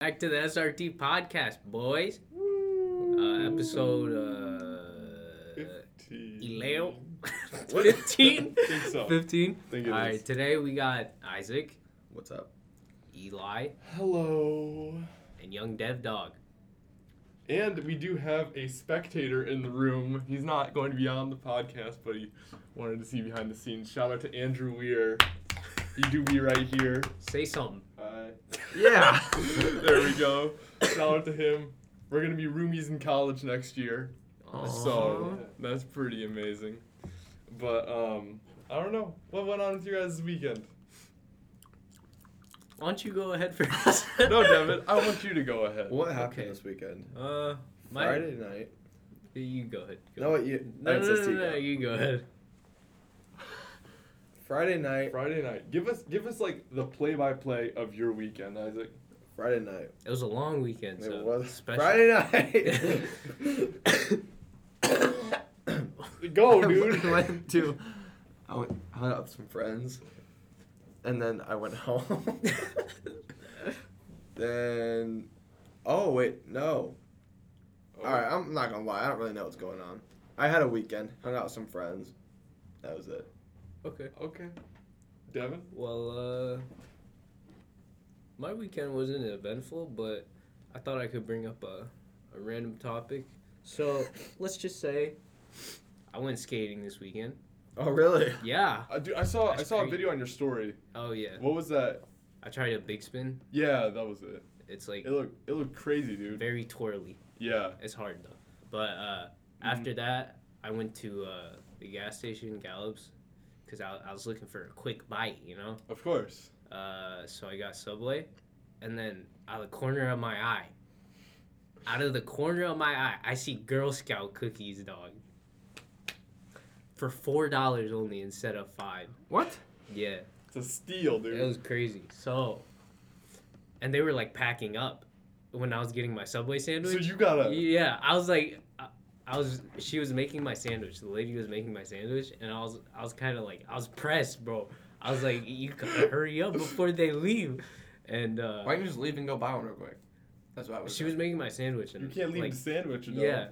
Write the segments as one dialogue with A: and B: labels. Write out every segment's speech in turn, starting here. A: back to the SRT podcast, boys. Uh, episode uh, 11, 15.
B: I think so.
A: 15.
B: Think it
A: All
B: is.
A: right, today we got Isaac,
C: What's up?
A: Eli,
B: Hello.
A: and Young Dev Dog.
B: And we do have a spectator in the room. He's not going to be on the podcast, but he wanted to see behind the scenes. Shout out to Andrew Weir. You do be right here.
A: Say something.
B: Hi.
C: Yeah.
B: there we go. Shout out to him. We're gonna be roomies in college next year.
A: Uh-huh.
B: So
C: Aw.
B: that's pretty amazing. But um I don't know. What went on with you guys this weekend?
A: Why don't you go ahead first?
B: No, David, I want you to go ahead.
C: What happened
A: Okay.
C: this weekend?
A: Uh, my,
C: Friday night.
A: You go ahead.
C: No,
A: Go.
C: what you?
A: No,
C: it's
A: no,
C: just
A: no,
C: you
A: no,
C: now.
A: you go ahead.
C: Friday night.
B: Friday night. Give us give us like the play by play of your weekend, Isaac.
C: Friday night.
A: It was a long weekend, so
C: it was
A: special.
C: Friday night.
B: Go,
C: I
B: dude.
C: went to. I went hung out with some friends, and then I went home. then, oh wait, no. All right, I'm not gonna lie. I don't really know what's going on. I had a weekend, hung out with some friends. That was it.
A: Okay.
B: Okay. Devin?
A: Well, uh, my weekend wasn't eventful, but I thought I could bring up a, a random topic. So let's just say I went skating this weekend.
C: Oh really?
A: Yeah.
B: Uh, dude, I saw I
A: That's
B: saw a
A: crazy.
B: video on your story.
A: Oh, yeah.
B: What was that?
A: I tried a big spin.
B: Yeah, that was it.
A: It's like
B: It looked it looked crazy, dude.
A: very twirly.
B: Yeah.
A: It's hard, though. But uh, after that, I went to uh, the gas station, Gallup's, because I, I was looking for a quick bite, you know?
B: Of course.
A: Uh, so I got Subway, and then out of the corner of my eye, out of the corner of my eye, I see Girl Scout cookies, dog. For four dollars only instead of five.
C: What?
A: Yeah,
B: It's a steal, dude.
A: it was crazy. So, and they were like packing up when I was getting my Subway
B: so
A: sandwich.
B: you gotta
A: yeah, I was like. I- I was she was making my sandwich. The lady was making my sandwich and I was I was kind of like I was pressed, bro. I was like you gotta hurry up before they leave. And uh
C: don't you just leave and go buy one real quick? That's what I
A: She was making my sandwich, and
B: you can't leave
A: like,
B: the sandwich alone.
A: yeah,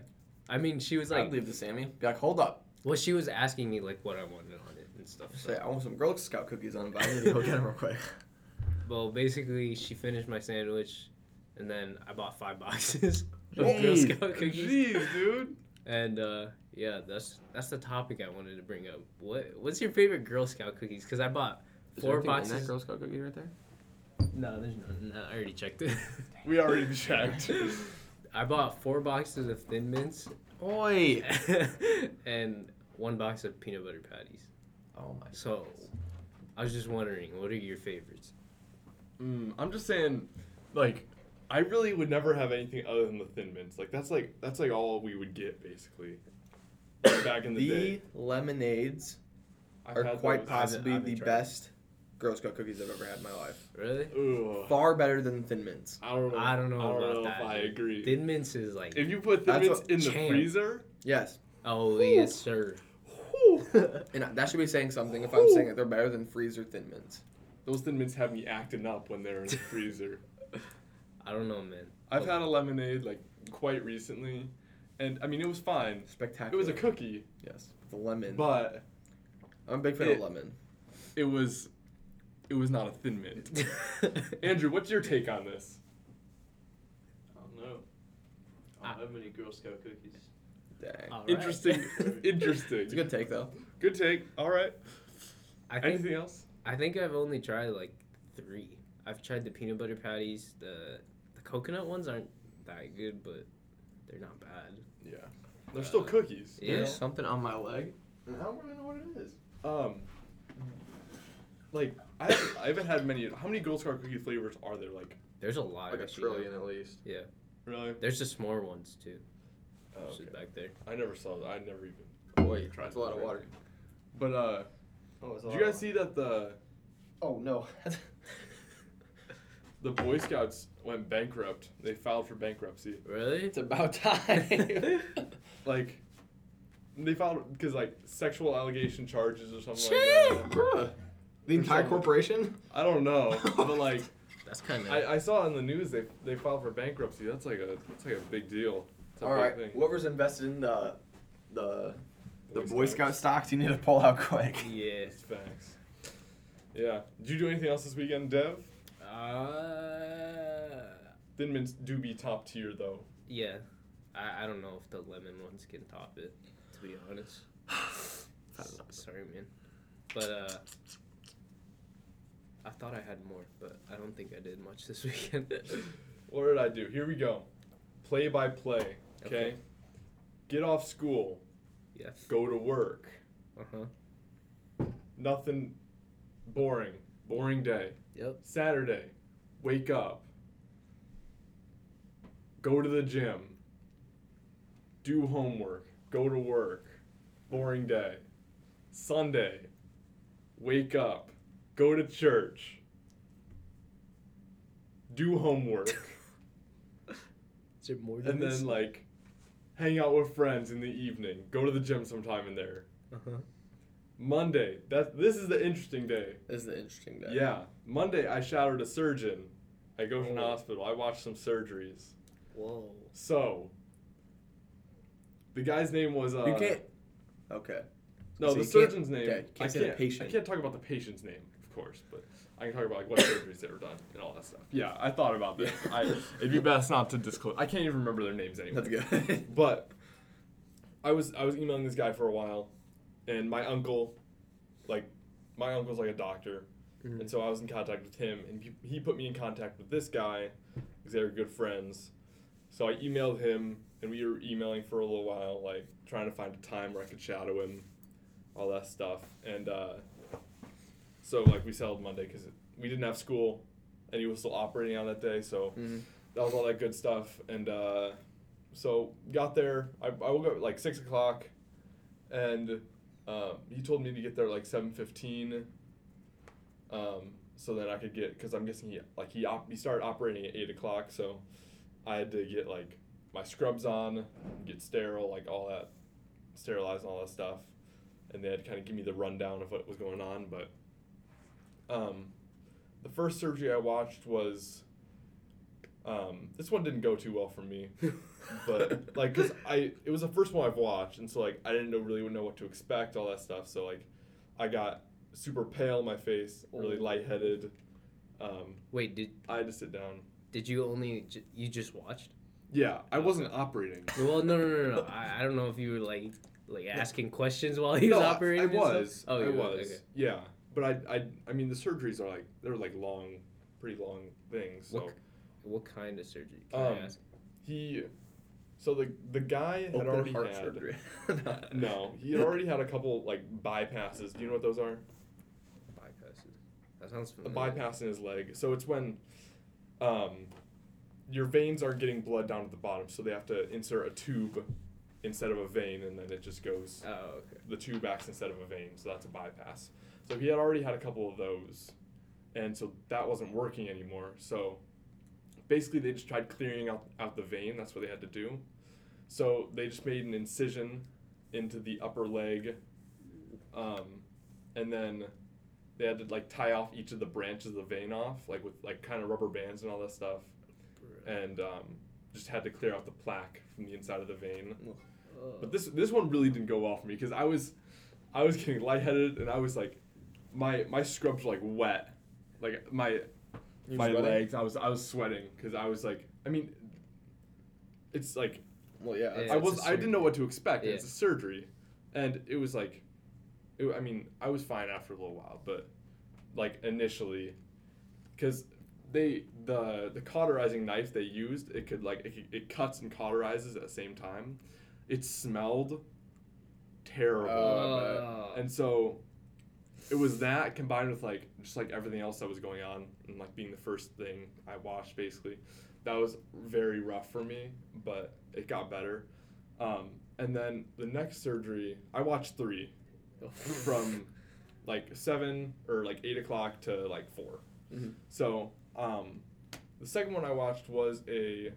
A: I mean, she was
C: I'd
A: like,
C: leave the Sammy. Be like, hold up.
A: well, she was asking me like what I wanted on it and stuff.
C: Say,
A: So,
C: I want some Girl Scout cookies on, but I need to go get them real quick.
A: well, basically, she finished my sandwich, and then I bought five boxes of Girl
C: Jeez.
A: Scout cookies.
B: Jeez, dude.
A: And uh, yeah, that's that's the topic I wanted to bring up. What what's your favorite Girl Scout cookies? Because I bought four boxes.
C: Girl Scout cookie right there?
A: no, there's none. No, I already checked it.
B: We already checked.
A: I bought four boxes of Thin Mints
C: Oi!
A: and one box of peanut butter patties.
C: Oh my.
A: So, I was just wondering, what are your favorites?
B: Mm, I'm just saying, like, I really would never have anything other than the thin mints. Like that's like that's like all we would get basically. Back in the,
C: The
B: day,
C: lemonades
B: I've
C: are
B: had
C: quite
B: those.
C: possibly
A: haven't
C: the
A: tried it.
C: best Girl Scout cookies I've ever had in my life.
A: Really?
B: Ugh,
C: Far better than Thin Mints.
B: I don't know.
A: I don't know
B: I don't
A: about
B: know
A: that,
B: if I
A: dude.
B: agree.
A: Thin Mints is like,
B: if you put thin
C: That's
B: mints
C: what-
B: in the
A: Champ.
B: freezer,
C: Yes.
A: oh yes sir.
B: whew,
C: And that should be saying something if I'm saying that they're better than Freezer Thin Mints.
B: those thin mints have me acting up when they're in the freezer.
A: I don't know, man.
B: I've had a lemonade like quite recently, and I mean it was fine.
C: Spectacular.
B: It was a cookie,
C: Yes. The lemon.
B: but
C: I'm a big fan
B: It-
C: of lemon.
B: it was it was not a thin mint. Andrew, what's your take on this?
D: I don't know. I don't have many Girl Scout cookies.
C: Dang.
A: All right.
B: Interesting. Interesting.
C: It's a good take, though.
B: Good take. All right.
A: I think
B: Anything else?
A: I think I've only tried like three. I've tried the peanut butter patties. The the coconut ones aren't that good, but they're not bad.
B: Yeah. They're still
A: Uh,
B: cookies. you
A: Yeah.
C: There's something on my leg, and I don't really know what it is.
B: know? Um. Like I haven't, I haven't had many. How many Girl Scout cookie flavors are there? Like
A: There's a lot.
C: Like a
A: actually, though.
C: trillion at least.
B: really?
A: There's the s'more ones too.
B: Oh,
A: which is
B: okay.
A: back there.
B: I never saw that. I never even.
C: Wait,
B: Tried
C: that's a lot of
B: before.
C: water.
B: But uh,
C: Oh, it's a
B: did you
C: lot of
B: guys
C: water.
B: see that the
C: Oh no.
B: the Boy Scouts went bankrupt? They filed for bankruptcy.
A: Really?
C: it's about time. Oh,
B: Like. They filed because like sexual allegation charges or something like that.
C: the entire corporation?
B: I don't know, but like
A: That's kind of.
B: I, I saw in the news they they filed for bankruptcy. That's like a that's like a big deal. It's a
C: All
B: big
C: right.
B: thing.
C: Whoever's invested in the the the
B: Boy
C: Boy Scout
B: Scouts.
C: stocks, you need to pull out quick.
A: yeah.
B: It's facts. Yeah. Did you do anything else this weekend, Dev?
A: Uh,
B: Thinmints do be top tier though.
A: yeah. I, I don't know if the lemon ones can top it, to be honest. S- Sorry, man. But, uh, I thought I had more, but I don't think I did much this weekend.
B: What did I do? Here we go. Play by play. Okay.
A: Okay.
B: Get off school.
A: yes.
B: Go to work.
A: Uh huh.
B: Nothing boring. Boring day.
A: Yep.
B: Saturday. Wake up. Go to the gym. Do homework. Go to work. Boring day. Sunday. Wake up. Go to church. Do homework.
A: Is there more
B: and then like hang out with friends in the evening. Go to the gym sometime in there.
A: uh huh.
B: Monday. That this is the interesting day.
C: This is the interesting day.
B: Yeah. Monday I shadowed a surgeon. I go from the
A: Oh.
B: hospital. I watched some surgeries.
A: Whoa.
B: So the guy's name was uh
C: you can't. Okay.
B: No,
C: so
B: the
C: you can't-
B: surgeon's name.
C: yeah, you can't
B: I
C: say
B: can't
C: the
B: I
C: patient.
B: can't talk about the patient's name, of course, but I can talk about like what surgeries they were done and all that stuff. Yeah, I thought about this. I, it'd be best not to disclose. I can't even remember their names anymore.
C: That's good.
B: But I was I was emailing this guy for a while, and my uncle, like, my uncle's like a doctor,
A: Mhm.
B: and so I was in contact with him, and he, he put me in contact with this guy, because they were good friends. So I emailed him, and we were emailing for a little while, like trying to find a time where I could shadow him, all that stuff, and uh, so like we settled Monday because we didn't have school, and he was still operating on that day, so
C: Mhm.
B: that was all that good stuff, and. Uh, so got there. I, I woke up at like six o'clock, and um, he told me to get there like seven fifteen. Um, so then I could get because I'm guessing he like he op- he started operating at eight o'clock, so I had to get like my scrubs on, get sterile, like all that, sterilized and all that stuff, and they had to kind of give me the rundown of what was going on. But um, the first surgery I watched was. Um, this one didn't go too well for me but like because i it was the first one i've watched and so like i didn't know really know what to expect all that stuff so like i got super pale in my face really lightheaded um,
A: Wait, did
B: i had to sit down Uh,
A: did you only j- you just watched?
B: yeah i wasn't operating
A: Well, no, no, no, no. I, I don't know if you were like like asking questions while Oh, he was
B: No, I-
A: operating.
B: i
A: and stuff?
B: was
A: Oh,
B: i
A: you
B: was
A: Okay.
B: yeah but I, I i mean the surgeries are like they're like long pretty long things so
A: What, what kind of surgery? Can
B: Um,
A: I ask?
B: he so the the guy had
C: Open
B: already
C: heart
B: had
C: surgery.
B: no he had already had a couple like bypasses do you know what those are
A: Bypasses. That sounds
B: a
A: familiar.
B: bypass in his leg. So it's when um, your veins are getting blood down to the bottom, so they have to insert a tube instead of a vein, and then it just goes
A: Oh, okay.
B: the tube acts instead of a vein, so that's a bypass. So he had already had a couple of those, and so that wasn't working anymore. So basically, they just tried clearing out, out the vein. That's what they had to do. So they just made an incision into the upper leg, um, and then they had to like tie off each of the branches of the vein off, like with like kind of rubber bands and all that stuff, and um, just had to clear out the plaque from the inside of the vein. But this this one really didn't go well for me because I was I was getting lightheaded and I was like my my scrubs were like wet, like my
C: You
B: my
C: sweating?
B: legs. I was I was sweating because I was like I mean, it's like
C: Well, yeah.
A: Yeah.
B: I
A: it's a
B: was I didn't know what to expect. and It's a
A: Yeah.
B: surgery, and it was like, it, I mean I was fine after a little while, but like initially, because they the the cauterizing knife they used it could like it, could- it cuts and cauterizes at the same time. It smelled terrible,
A: Oh.
B: and so it was that combined with like just like everything else that was going on and like being the first thing I watched basically that was very rough for me, but it got better. Um, and then the next surgery, I watched three from like seven or like eight o'clock to like 4
C: Mhm.
B: So um, the second one I watched was a,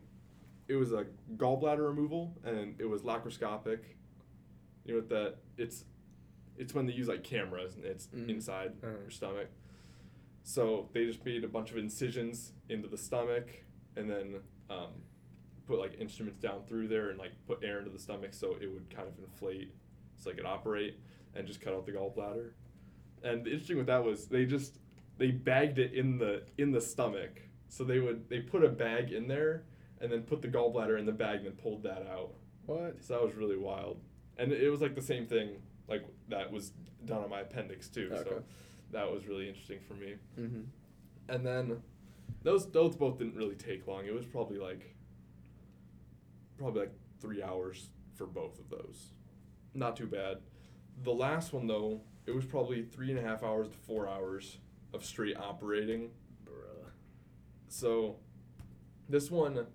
B: it was a gallbladder removal and it was laparoscopic. You know what that? It's, it's when they use like cameras and it's
C: Mm.
B: inside
A: Uh-huh.
B: your stomach. So they just made a bunch of incisions into the stomach and then um, put like instruments down through there and like put air into the stomach so it would kind of inflate so they could operate and just cut out the gallbladder. And the interesting with that was they just they bagged it in the in the stomach. So they would they put a bag in there and then put the gallbladder in the bag and then pulled that out.
C: What?
B: So that was really wild. And it was like the same thing like that was done on my appendix too.
C: Okay.
B: So that was really interesting for me.
C: Mm-hmm.
B: And then those those both didn't really take long. It was probably like probably like three hours for both of those. Not too bad. The last one though, it was probably three and a half hours to four hours of straight operating.
A: Bruh.
B: So this one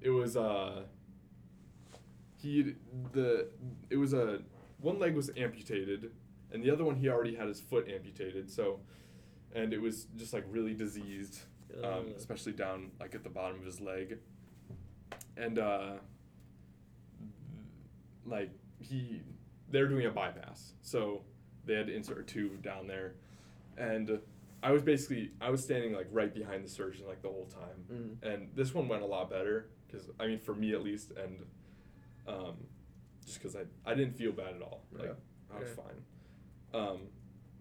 B: it was uh he the it was a one leg was amputated and the other one he already had his foot amputated so and it was just like really diseased um,
A: Ugh.
B: especially down like at the bottom of his leg. And uh, like he, they're doing a bypass, so they had to insert a tube down there, and I was basically I was standing like right behind the surgeon like the whole time,
C: Mm.
B: and this one went a lot better because I mean for me at least, and um, just because I I didn't feel bad at all, like I was
A: Yeah.
B: fine, um,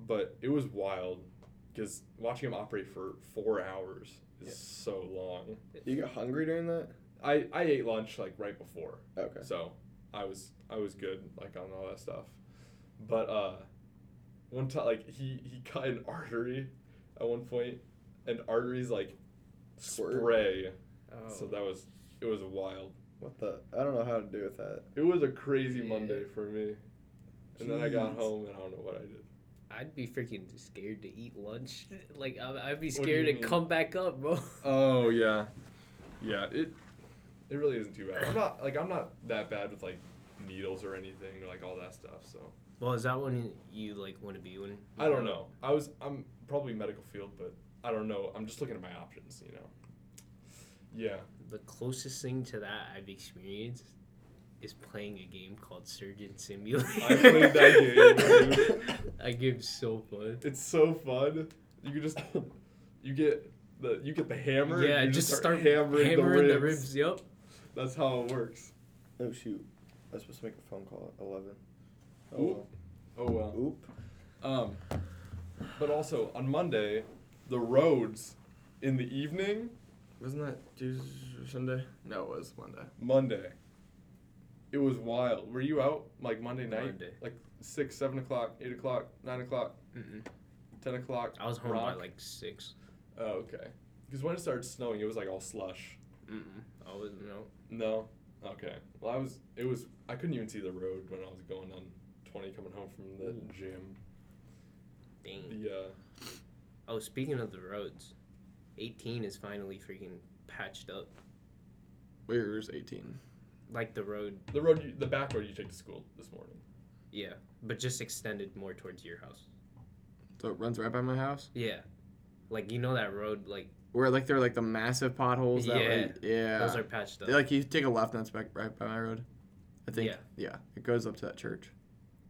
B: but it was wild because watching him operate for four hours is
C: Yeah.
B: so long.
C: You got hungry during that?
B: I, I ate lunch like right before,
C: Okay.
B: so I was I was good like on all that stuff, but uh, one time like he he cut an artery at one point, and arteries like
C: Squirt.
B: spray.
A: Oh.
B: So that was it was wild.
C: What the? I don't know how to do with that.
B: It was a crazy
A: Yeah.
B: Monday for me, and then I got
C: Jeez.
B: home and I don't know what I did.
A: I'd be freaking scared to eat lunch. Like I- I'd be
B: What do
A: scared
B: you
A: to
B: mean?
A: come back up, bro.
B: Oh yeah, yeah. It it really isn't too bad. I'm not like I'm not that bad with like needles or anything or like all that stuff. So
A: Well, is that when you like want to be when?
B: I don't know. I was I'm probably medical field, but I don't know. I'm just looking at my options. You know. Yeah.
A: The closest thing to that I've experienced is playing a game called Surgeon Simulator.
B: I played that game,
A: That game's so fun.
B: It's so fun. You can just you get the you get the hammer.
A: yeah,
B: and you
A: just start,
B: hammering, the, ribs.
A: Yep.
B: That's how it works.
C: Oh shoot! I was supposed to make a phone call at eleven.
B: Oop. Oh well.
C: well. Oop.
B: Um, but also on Monday, the roads in the evening
C: Wasn't that Tuesday or Sunday? No, it was Monday.
B: Monday. It was wild. Were you out like Monday night?
A: Monday.
B: Like six, seven o'clock, eight o'clock, nine o'clock,
A: Mm-mm.
B: ten o'clock.
A: I was home
B: rock?
A: by like six.
B: Oh, okay. Because when it started snowing, it was like all slush.
A: Mm-mm. I was no.
B: No. Okay. Well, I was. It was. I couldn't even see the road when I was going on twenty coming home from the
A: Ooh.
B: gym.
A: Dang.
B: The uh,
A: Oh, speaking of the roads, 18 is finally freaking patched up.
C: Where's eighteen?
A: Like the road,
B: the road, you, the back road you take to school this morning.
A: yeah, but just extended more towards your house.
E: So it runs right by my house.
A: Yeah. Like you know that road, like
E: Where like they're like the massive potholes. That, like, yeah.
A: those are patched up.
E: They, like you take a left and it's back right by my road. I think.
A: Yeah.
E: Yeah. It goes up to that church.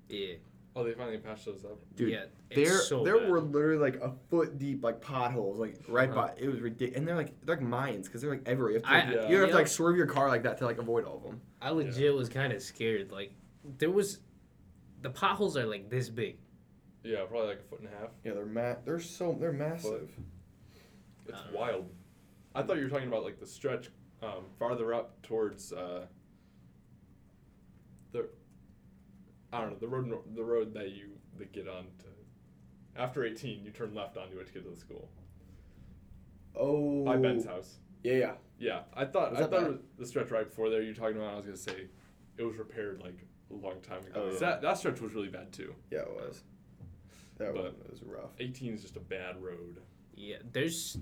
A: yeah,
B: Oh, they finally patched those up.
E: Dude,
A: yeah.
C: There,
A: It's so
C: there
A: bad.
C: were literally like a foot deep, like potholes, like right
A: Uh-huh.
C: by. It was ridiculous, and they're like they're like mines because they're like everywhere. You have to,
A: I-
C: you have
A: yeah.
C: to like swerve your car like that to like avoid all of them.
A: I legit was kind of scared. Like there was, the potholes are like this big.
B: Yeah, probably like a foot and a half.
C: Yeah, they're ma- They're so they're massive.
B: It's
A: Uh,
B: wild. I thought you were talking about like the stretch um, farther up towards uh, the I don't know the road nor- the road that you that get on to after eighteen you turn left onto it to get to the school
C: Oh,
B: by Ben's house.
C: Yeah, yeah.
B: Yeah, I thought
C: Was
B: I
C: that
B: thought
C: bad?
B: it was the stretch right before there you were talking about. I was gonna say it was repaired like a long time ago.
C: Oh, yeah.
B: That that stretch was really bad too.
C: Yeah, it was. That
B: But-
C: one was rough.
B: Eighteen is just a bad road.
A: Yeah, there's.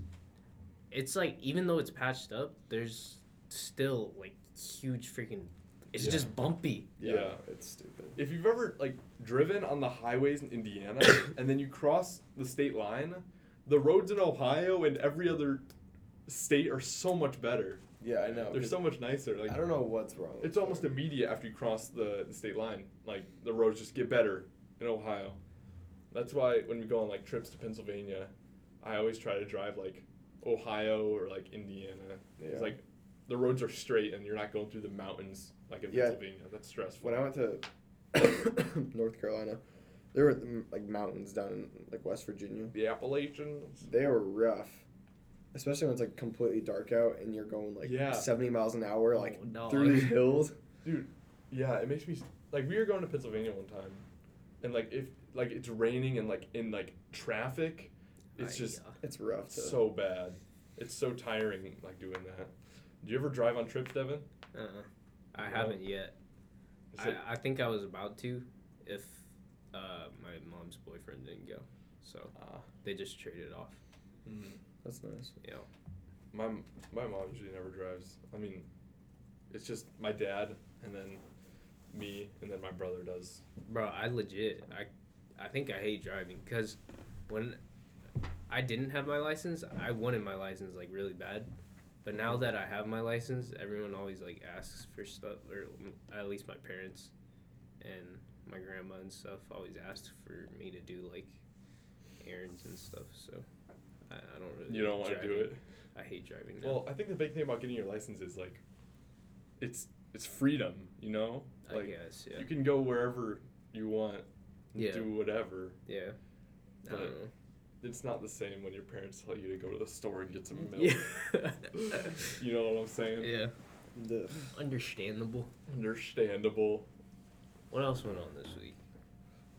A: It's like even though it's patched up, there's still like huge freaking. It's
B: Yeah.
A: just bumpy.
B: yeah.
C: it's stupid.
B: If you've ever like driven on the highways in Indiana and then you cross the state line, the roads in Ohio and every other state are so much better.
C: Yeah, I know.
B: They're
C: 'cause
B: so much nicer.
C: I
B: Like
C: don't know what's wrong. with
B: it's almost
C: them.
B: immediate after you cross the, the state line. Like the roads just get better in Ohio. That's why when we go on like trips to Pennsylvania, I always try to drive like Ohio or like Indiana.
C: Yeah.
B: It's like the roads are straight and you're not going through the mountains like in
C: Yeah.
B: Pennsylvania. That's stressful.
C: when I went to North Carolina, there were mm, like mountains down in like West Virginia.
B: the Appalachians.
C: They were rough, especially when it's like completely dark out and you're going like
B: Yeah.
C: 70 miles an hour like
A: Oh, dog.
C: through these hills.
B: Yeah, it makes me s- like we were going to Pennsylvania one time, and like if like it's raining and like in like traffic, it's
A: Ay,
B: just
A: yeah.
C: It's rough. To,
B: so bad. It's so tiring like doing that. Do you ever drive on trips, Devin?
A: Uh-uh. I
B: No.
A: haven't yet.
B: Is
A: I,
B: it-
A: I think I was about to if uh, my mom's boyfriend didn't go. So
B: Ah.
A: they just traded off.
C: that's nice.
A: You know.
B: mm, my m- my mom usually never drives. I mean, it's just my dad and then me and then my brother does.
A: Bro, I legit I I think I hate driving cuz when I didn't have my license, I wanted my license like really bad. But now that I have my license, everyone always like asks for stuff or m- at least my parents and my grandma and stuff always ask for me to do like errands and stuff. So I, I don't really
B: You don't
A: like
B: want to do
A: driving.
B: it.
A: I hate driving now.
B: Well, I think the big thing about getting your license is like, it's it's freedom. You know,
A: I
B: like
A: guess, yeah.
B: you can go wherever you want, and
A: Yeah.
B: do whatever.
A: Yeah. I
B: But-
A: don't know.
B: It's not the same when your parents tell you to go to the store and get some milk.
A: Yeah.
B: you know what I'm saying?
A: yeah.
C: Ugh.
A: Understandable.
B: Understandable.
A: What else went on this week?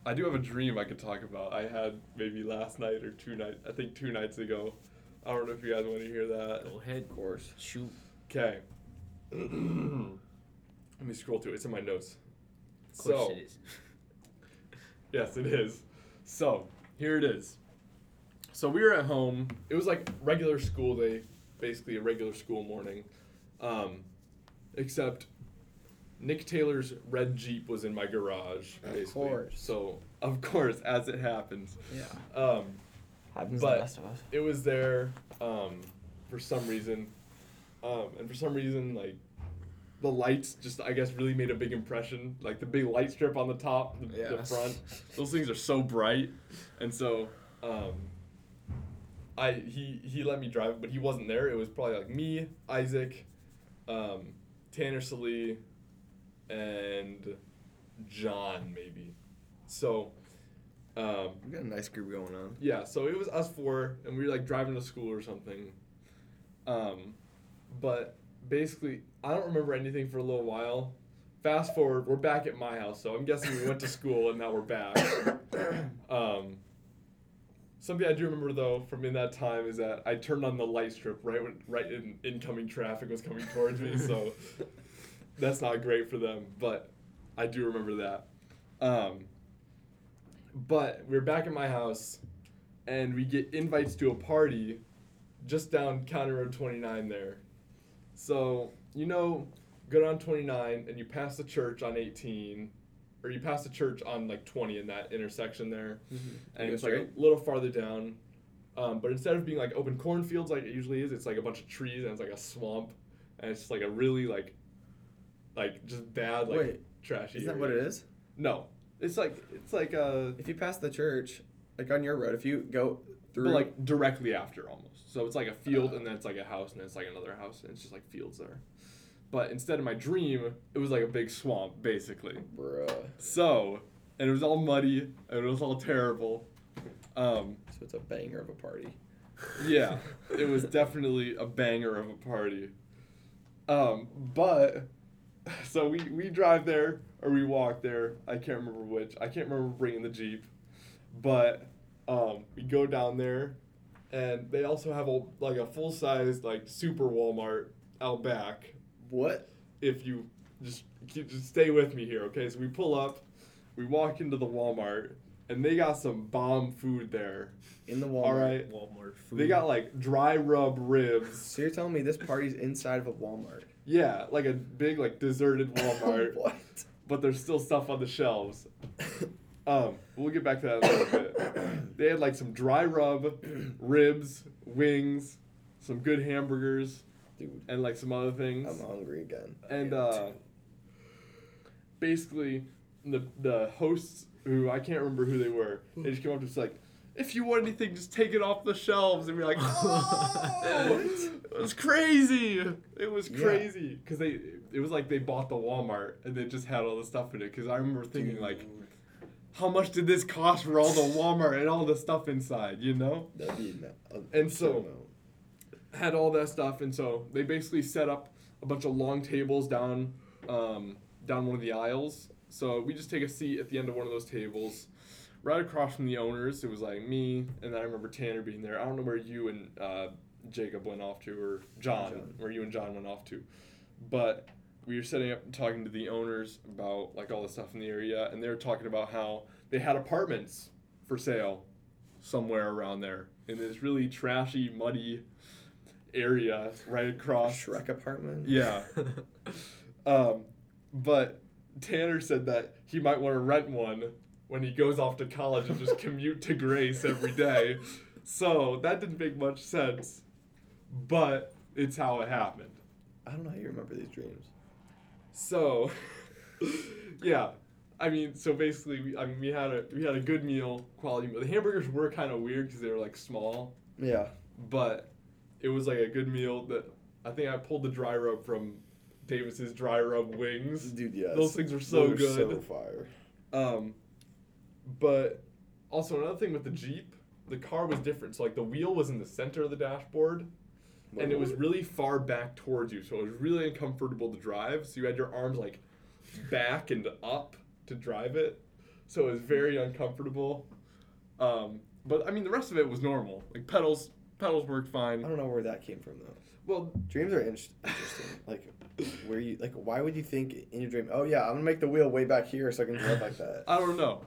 B: I do have a dream I could talk about. I had maybe last night or two night. I think two nights ago. I don't know if you guys want to hear that.
A: Go ahead.
C: Of course.
A: Shoot.
B: Okay. Let me scroll through. It's in my notes.
A: Of course
B: so
A: it is.
B: yes, it is. So here it is. So we were at home. It was like regular school day, basically a regular school morning, um, except Nick Taylor's red Jeep was in my garage.
C: Of
B: Basically.
C: course.
B: So of course, as it happens.
E: Yeah.
B: Um,
E: Happens
B: to the But-
E: best
B: best
E: of us.
B: it was there um, for some reason um, and for some reason like the lights just i guess really made a big impression like the big light strip on the top the, the
E: Yeah.
B: front those things are so bright and so um, i he he let me drive but he wasn't there it was probably like me isaac um, tanner salee and john maybe so um,
C: We got a nice group going on.
B: yeah, so it was us four, and we were like driving to school or something. Um, but basically, I don't remember anything for a little while. Fast forward, we're back at my house, so I'm guessing we went to school and now we're back. Um, something I do remember though from in that time is that I turned on the light strip right when right in incoming traffic was coming towards me, so that's not great for them. But I do remember that. Um, but we we're back at my house, and we get invites to a party, just down County Road Twenty Nine there. So you know, go down Twenty Nine and you pass the church on Eighteen, or you pass the church on like Twenty in that intersection there, and
C: You
B: it's
C: go
B: like a little farther down. Um, but instead of being like open cornfields like it usually is, it's like a bunch of trees and it's like a swamp, and it's just like a really like, like just bad like
C: Wait,
B: trashy.
C: Isn't
B: area.
C: that what it is?
B: No, it's like it's like uh, a
C: If you pass the church, like on your road, if you go through Ah.
B: But like directly after almost. So it's like a field and then it's like a house and then it's like another house and it's just like fields there. But instead of my dream, it was like a big swamp basically.
C: bruh.
B: So, and it was all muddy and it was all terrible. Um,
C: So it's a banger of a party.
B: yeah, it was definitely a banger of a party. Um, but so we we drive there or we walk there. I can't remember which. I can't remember bringing the jeep, but um, we go down there, and they also have a like a full size like super Walmart out back.
C: What?
B: If you just keep, just stay with me here, okay? So we pull up, we walk into the Walmart, and they got some bomb food there.
C: In the Walmart.
B: All right.
A: Walmart food.
B: They got like dry rub ribs.
C: So you're telling me this party's inside of a Walmart?
B: Yeah, like a big like deserted
C: Oh
B: Walmart,
C: what?
B: but there's still stuff on the shelves. Um, we'll get back to that in a little bit. They had like some dry rub, ribs, wings, some good hamburgers,
C: Dude,
B: and like some other things.
C: I'm hungry again.
B: and uh, basically the the hosts who I can't remember who they were, they just came up to us like, if you want anything, just take it off the shelves and be like, oh, it was crazy. It was
C: Yeah.
B: crazy because they, it was like they bought the Walmart and they just had all the stuff in it. Because I remember thinking like, how much did this cost for all the Walmart and all the stuff inside? You know.
C: That'd be an- a-
B: And so- had all that stuff, and so they basically set up a bunch of long tables down um, down one of the aisles. So we just take a seat at the end of one of those tables, right across from the owners. It was like me, and I remember Tanner being there. I don't know where you and uh, Jacob went off to, or John,
C: John.
B: where you and John went off to, but we were setting up and talking to the owners about like all the stuff in the area, and they were talking about how they had apartments for sale somewhere around there in this really trashy, muddy area right across.
C: Shrek apartment.
B: uh, Yeah. Um, but Tanner said that he might want to rent one when he goes off to college and just commute to Grace every day. So that didn't make much sense, but it's how it happened.
C: I don't know how you remember these dreams.
B: So, yeah, I mean, so basically, we, I mean, we had a we had a good meal, quality meal. The hamburgers were kind of weird because they were like small,
C: Yeah.
B: but it was like a good meal. That I think I pulled the dry rub from Davis's dry rub wings.
C: Dude, yes.
B: Those things are so
C: Those are So
B: good.
C: fire.
B: Um, but also another thing with the Jeep, the car was different. So like the wheel was in the center of the dashboard, and it was really far back towards you, so it was really uncomfortable to drive. So you had your arms like back and up to drive it, so it was very uncomfortable. Um, but I mean, the rest of it was normal. Like pedals, pedals worked
C: I
B: fine.
C: don't know where that came from though.
B: Well,
C: Dreams are inter- interesting. like, where you like? Why would you think in your dream? Oh yeah, I'm gonna make the wheel way back here so I can drive like that.
B: I don't know.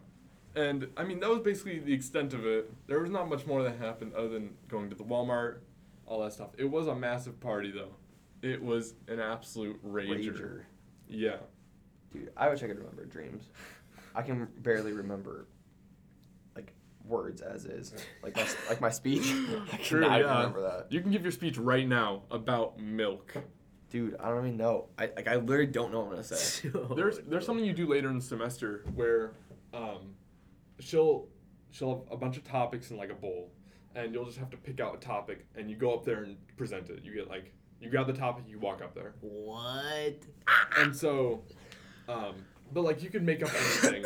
B: And I mean, that was basically the extent of it. There was not much more that happened other than going to the Walmart, all that stuff. It was a massive party though. It was an absolute rager. Yeah.
C: Dude, I wish I could remember dreams. I can barely remember like words as is, like my, like my speech. I
B: True,
C: cannot
B: yeah.
C: remember that,
B: You can give your speech right now about milk.
C: dude. I don't even know. I like I literally don't know what I'm gonna say.
B: There's
A: Oh,
B: there's something you do later in the semester where um, she'll she'll have a bunch of topics in like a bowl, and you'll just have to pick out a topic and you go up there and present it. You get like you grab the topic, you walk up there,
A: What?
B: and so, um, but like you can make up anything.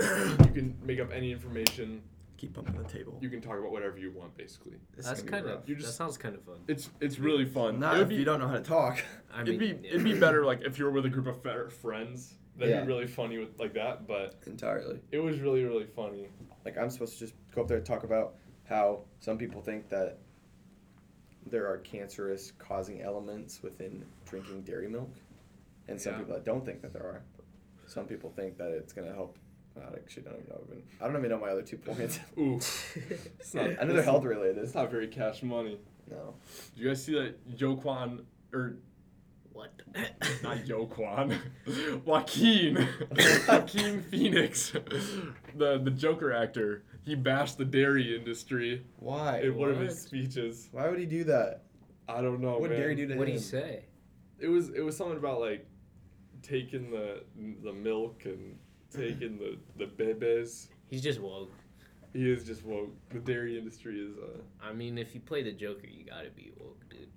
B: you can make up any information.
E: Keep bumping the table.
B: You can talk about whatever you want, basically.
A: That's kind of.
B: You
A: That
B: just-
A: sounds kind of fun.
B: It's it's really fun.
C: Not
B: It would
C: if
B: be-
C: you don't know how to talk.
A: I mean,
B: it'd be
A: yeah.
B: it'd be better like if you were with a group of fair- friends. That'd
C: Yeah.
B: be really funny with like that, but.
C: Entirely.
B: It was really, really funny.
C: Like I'm supposed to just go up there and talk about how some people think that there are cancerous causing elements within drinking dairy milk, and some
B: Yeah.
C: people that don't think that there are. Some people think that it's gonna help. I actually don't even know. I don't even know my other two points.
B: Ooh, it's not.
C: I know they're health related.
B: It's not very cash money.
C: No.
B: Did you guys see that Yoquan or
A: what?
B: not Yoquan, Joaquin, Joaquin Phoenix, the the Joker actor? He bashed the dairy industry
C: Why?
B: in one of
A: what?
B: his speeches.
C: Why would he do that?
B: I don't know.
C: what
B: Oh, man.
C: dare you do to
A: what do
C: him?
A: you say?
B: It was it was something about like taking the the milk and taking the the bebes.
A: He's just woke.
B: He is just woke. The dairy industry is uh,
A: I mean, if you play the Joker, you gotta be woke, dude.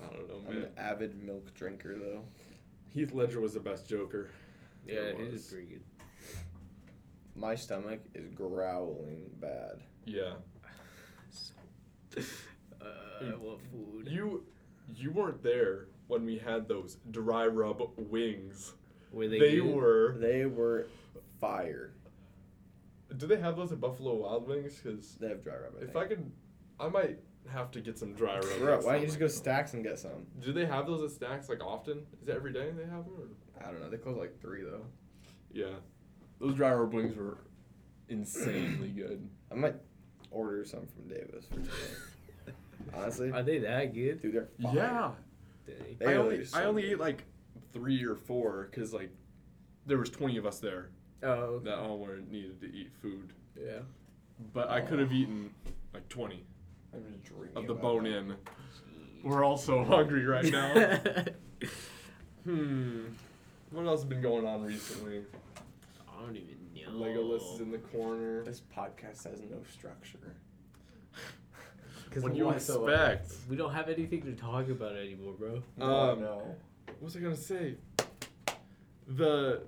B: I don't know,
C: I'm
B: man.
C: an avid milk drinker though.
B: Heath Ledger was the best Joker.
A: Yeah,
B: It
A: it is
B: was.
A: pretty good.
C: My stomach is growling bad.
B: Yeah.
A: Uh, I want food.
B: You you weren't there when we had those dry rub wings.
A: Were
B: They,
A: they, good?
B: were.
C: They were fire.
B: Do they have those at Buffalo Wild Wings? Because
C: They have dry rub. I
B: if I
C: think.
B: could, I might have to get some dry rub.
C: Bro,
B: next
C: why don't
B: time
C: you just
B: I
C: go Stacks and get some?
B: Do they have those at Stacks like often? Is that every day they have them? Or?
C: I don't know. They close like three though.
B: Yeah, those dry rub wings were insanely good.
C: I might order some from Davis. For today. Honestly,
A: Are they that good?
C: dude, they're fire.
B: Yeah,
A: Dang.
C: They
B: I
C: are
B: only
C: so
B: I only
C: good.
B: ate like three or four because like there was twenty of us there
A: Oh,
B: that all were needed to eat food,
A: yeah.
B: but I could have eaten like twenty.
C: I'm just dreaming
B: of the
C: about
B: bone
C: that.
B: in. We're all so hungry right now. hmm. What else has been going on recently?
A: I don't even know.
B: Legolas is in the corner.
C: This podcast has no structure.
B: What do you expect?
A: We don't have anything to talk about anymore, bro.
C: Oh
B: Um,
C: no.
B: What was I gonna say? The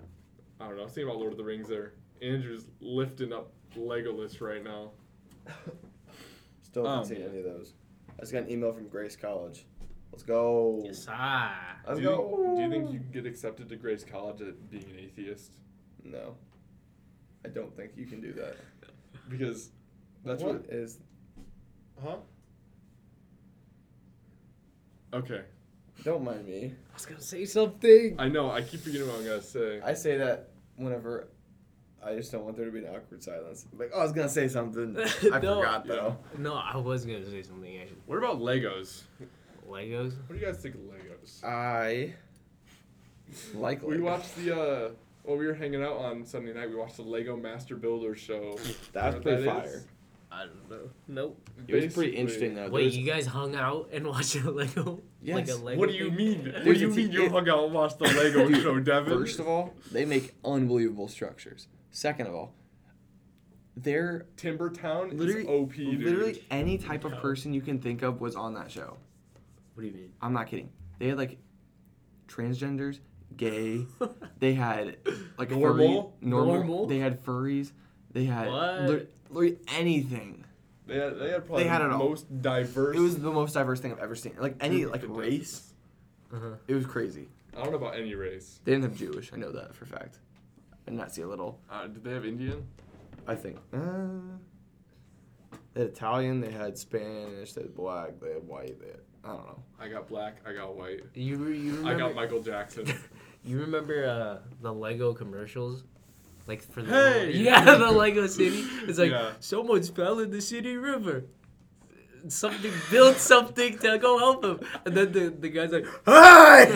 B: I don't know. I was thinking about Lord of the Rings there. Andrew's lifting up Legolas right now.
C: Still haven't
B: um,
C: seen any of those. I just got an email from Grace College. Let's go.
A: Yes, ah.
C: Let's
B: do, you,
C: go.
B: do you think you can get accepted to Grace College at being an atheist?
C: No. I don't think you can do that.
B: Because that's what.
C: what is
B: Huh? Okay.
C: don't mind me.
A: I was gonna say something.
B: I know. I keep forgetting what I'm gonna say.
C: I say that whenever I just don't want there to be an awkward silence. Like, oh, I was gonna say something. I
A: No.
C: forgot though.
A: No, I was gonna say something actually.
B: What about Legos?
A: Legos.
B: What do you guys think of Legos?
C: I like
B: We
C: Legos.
B: watched the uh while we were hanging out on Sunday night, we watched the Lego Master Builder show.
C: That
B: You
C: was
B: know
C: pretty
B: what that
C: fire.
B: is?
A: I don't know. Nope.
E: It was pretty
B: Basically-
E: interesting though.
A: Wait,
E: There's-
A: you guys hung out and watched a Lego? Like a
E: Yes.
A: Lego
B: What do you
A: thing?
B: mean? What do
E: There's
B: you
E: a t-
B: mean you
E: it-
B: hung out and watched the Lego
E: Dude,
B: show, Devin?
E: First of all, they make unbelievable structures. Second of all, they're
B: Timbertown
E: literally
B: is OP, dude.
E: literally any type of
A: No.
E: person you can think of was on that show.
A: What do you mean?
E: I'm not kidding. They had like transgenders, gay. They had like
B: Normal?
E: furry, normal.
A: Normal?
E: They had furries. They had
A: What?
E: lit- literally anything.
B: they had, they had probably
E: They had
B: the
E: it all.
B: most diverse.
E: It was the most diverse thing I've ever seen. Like any
B: group
E: like
B: of
E: race,
B: contestants.
A: Uh-huh.
E: it was crazy.
B: I don't know about any race.
E: They didn't have Jewish. I know that for a fact. I did not see a little.
B: Uh, did they have Indian?
E: I think.
C: Uh, they had Italian, they had Spanish, they had black, they had white, they had, I don't know.
B: I got black. I got white.
A: You, re- you remember?
B: I got Michael Jackson.
A: You remember uh, the Lego commercials? Like for the
B: Hey!
A: yeah, the Lego City. It's like
B: Yeah.
A: someone fell in the city river. Something built something to go help him, and then the, the guy's like,
C: Hi!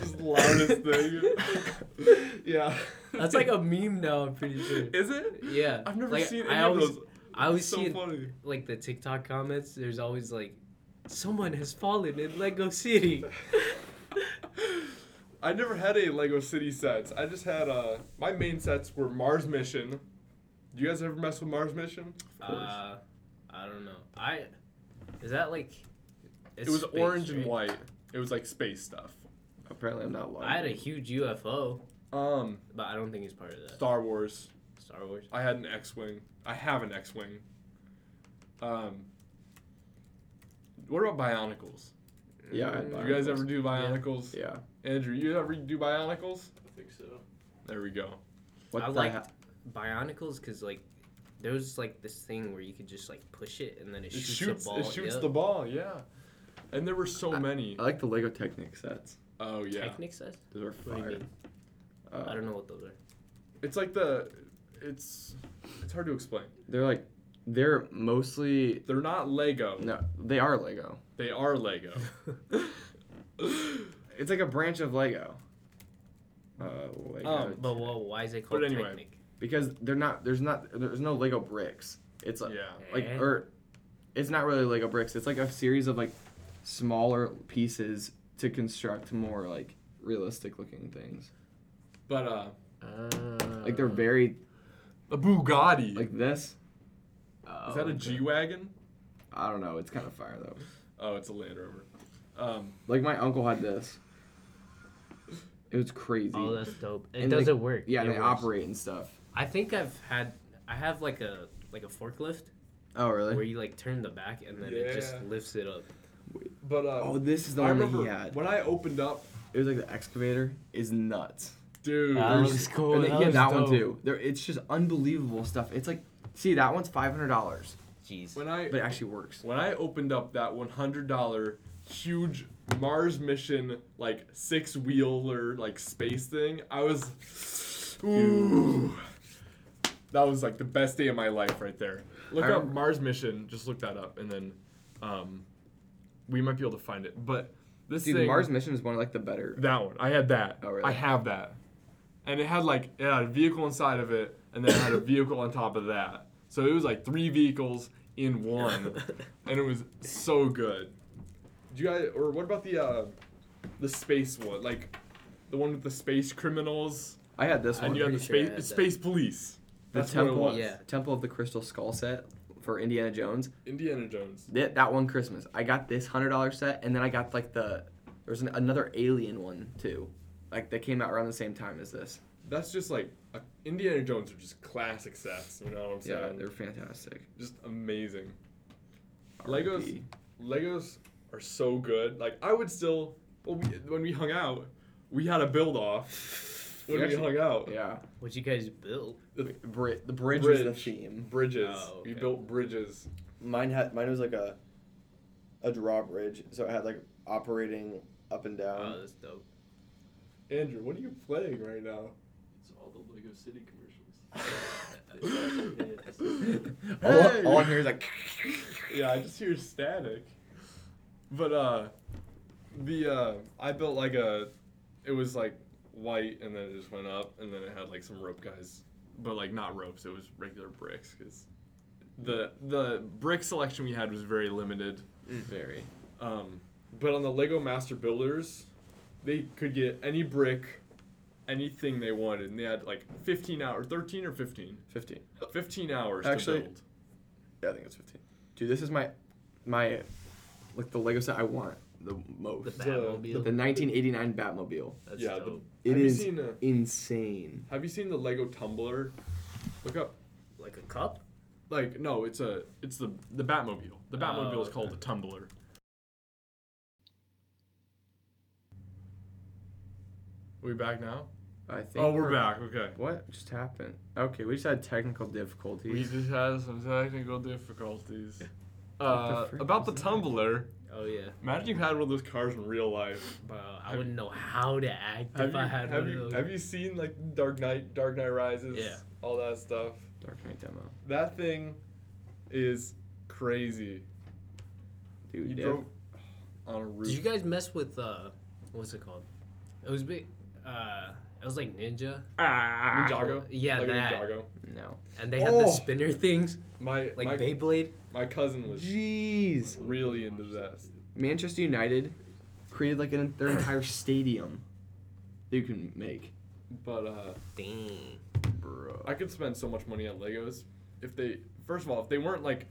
B: Just loudest thing. yeah.
A: "That's like a meme now." I'm pretty sure.
B: Is it?
A: Yeah,
B: I've never
A: like,
B: seen
A: I
B: any
A: always-
B: of those.
A: I always
B: so
A: see it-
B: funny.
A: Like the TikTok comments, there's always like, "Someone has fallen in Lego City."
B: I never had any Lego City sets. I just had uh my main sets were Mars Mission. You guys ever mess with Mars Mission?
A: Uh, I don't know. I is that like?
B: it
A: it's
B: was
A: space,
B: orange and
A: right?
B: white. It was like space stuff.
C: Apparently, I'm not lying.
A: I had a huge UFO,
B: Um,
A: but I don't think it's part of that.
B: Star Wars.
A: Star Wars.
B: I had an X-wing. I have an X-wing. Um, what about Bionicles?
C: Yeah,
A: Mm.
C: I had
B: You guys
C: Bionicles.
B: ever do Bionicles?
C: Yeah.
B: Andrew, you ever do Bionicles?
D: I think so.
B: There we go.
C: What
A: I
C: the
A: like
C: heck?
A: Bionicles because like there was like this thing where you could just like push it and then it,
B: It
A: shoots,
B: shoots.
A: a ball.
B: It shoots
A: yeah. uh,
B: the ball. Yeah. And there were so many.
E: I like the Lego Technic sets.
B: Oh yeah.
A: Technic says.
E: Those are
A: What do you
E: fire.
A: mean? I
E: Uh,
A: don't know what those are.
B: It's like the, it's, it's hard to explain.
E: they're like, they're mostly
B: They're not Lego.
E: no, they are Lego.
B: They are Lego.
E: It's like a branch of Lego. Uh, Lego
B: Um,
A: But well, why is it
B: But
A: called
B: anyway.
A: Technic?
E: because they're not. There's not. There's no Lego bricks. It's like,
B: yeah.
E: like
A: Eh?
E: or, it's not really Lego bricks. It's like a series of like smaller pieces to construct more like realistic looking things.
B: But uh,
A: Uh,
E: Like they're very
B: a Bugatti.
E: like this. Um,
A: Oh,
B: is that a
A: okay.
B: G wagon?
E: I don't know. It's kind of fire though.
B: Oh, it's a Land Rover. Um,
E: Like my uncle had this. It was crazy.
A: Oh, that's dope. It
E: And they-
A: doesn't work.
E: yeah,
A: It
E: they
A: works.
E: operate and stuff.
A: I think I've had. I have like a like a forklift
E: Oh
A: where
E: really?
A: you like turn the back and then it just
B: Yeah.
A: lifts it up.
B: but uh,
E: Oh, this is the
B: I
E: one that he
B: remember
E: had.
B: when I opened up,
E: It was like the excavator is nuts.
B: dude.
A: That
B: there's-
A: was cool.
E: and
A: that
E: he had
A: was
E: that
A: dope.
E: one too. There, it's just unbelievable stuff. It's like, see, that one's five hundred dollars,
A: Jeez.
B: when I
E: but it actually works.
B: when I opened up that one hundred dollar huge Mars mission like six wheeler like space thing, I was ooh. That was like the best day of my life right there. Look
E: I
B: up
E: rem-
B: Mars mission, just look that up, and then um, we might be able to find it. But this
E: Dude,
B: thing,
E: Mars Mission is one of like the better.
B: that one, I had that.
E: Oh, really?
B: I have that, and it had like it had a vehicle inside of it, and then it had a vehicle on top of that. So it was like three vehicles in one and it was so good. Do you guys, or what about the uh, the space one, like the one with the space criminals?
C: I had this
B: and
C: one.
B: you got
A: pretty
B: the
A: sure I
B: space
A: had that.
B: space police.
C: the
B: That's what it
C: Temple,
B: was.
A: Yeah.
C: Temple of the Crystal Skull set for Indiana Jones.
B: Indiana Jones.
C: That, that one Christmas, I got this hundred dollar set, and then I got like the there was an, another Alien one too, like that came out around the same time as this.
B: That's just like a, Indiana Jones are just classic sets. You know what I'm saying?
C: Yeah, they're fantastic.
B: just amazing. Legos,
C: R.I.P..
B: Legos are so good. Like I would still, well, we, when we hung out, we had a build off when
C: We
B: we
C: actually-
B: hung out.
C: Yeah,
A: What you guys built?
C: Bri- the bridge, was the
B: Bridge.
C: theme.
B: Bridges.
A: Oh,
B: We
A: okay.
B: built bridges.
F: Mine had mine was like a a drawbridge, so it had like operating up and
B: Uh,
F: down.
A: Oh, that's dope.
B: Andrew, what are you playing right now?
D: It's all the Lego City commercials.
B: Uh,
F: all, all I hear is like
B: Yeah, I just hear static. But uh, the uh, I built like a, it was like white, and then it just went up, and then it had like some rope guys, but like not ropes. It was regular bricks because the the brick selection we had was very limited.
C: "Mm, Very.
B: Um, but on the Lego Master Builders, they could get any brick, anything they wanted, and they had like 15 hours, 13 or 15,
C: Fifteen.
B: 15 hours
C: Actually-
B: to build.
C: Yeah, I think it's fifteen. Dude, this is my my like the Lego set I want the most.
A: The
C: The,
A: Batmobile.
C: 1989 Batmobile.
A: that's
B: yeah, the-
A: dope.
C: It
B: Have you
C: is
B: seen, uh,
C: insane.
B: Have you seen the Lego tumbler? Look up.
A: Like a cup?
B: Like no, it's a it's the the Batmobile. The Batmobile
A: Oh,
B: is called
A: okay.
B: the tumbler. We back now?
C: I think.
B: Oh, we're back. Okay.
C: What just happened? Okay, we just had technical
B: We
C: difficulties.
B: just had some technical difficulties.
C: What
B: Uh,
C: the frick
B: about the
C: was that?
B: tumbler.
A: Oh yeah.
B: Imagine you had one of those cars in real life.
A: Bro, I
B: Have-
A: wouldn't know how to act
B: Have
A: if
B: you,
A: I had
B: have
A: one
B: you,
A: of those.
B: Have you seen like Dark Knight, Dark Knight Rises?
A: Yeah.
B: All that stuff.
C: Dark Knight demo.
B: That thing is crazy.
C: Dude,
B: You
C: yeah.
B: drove on a roof.
A: Did you guys mess with uh what's it called? It was big uh it was like ninja.
C: Ah.
B: Ninjago?
A: Yeah,
B: Like a
A: that.
B: Ninjago.
C: No.
A: And they had the
B: Oh.
A: spinner things,
B: My
A: like
B: my,
A: Beyblade.
B: my cousin was
C: Jeez.
B: really into this.
C: Manchester United created like an, their entire stadium. that You can make,
B: But uh,
A: Dang.
C: bro.
B: I could spend so much money on Legos if they first of all if they weren't like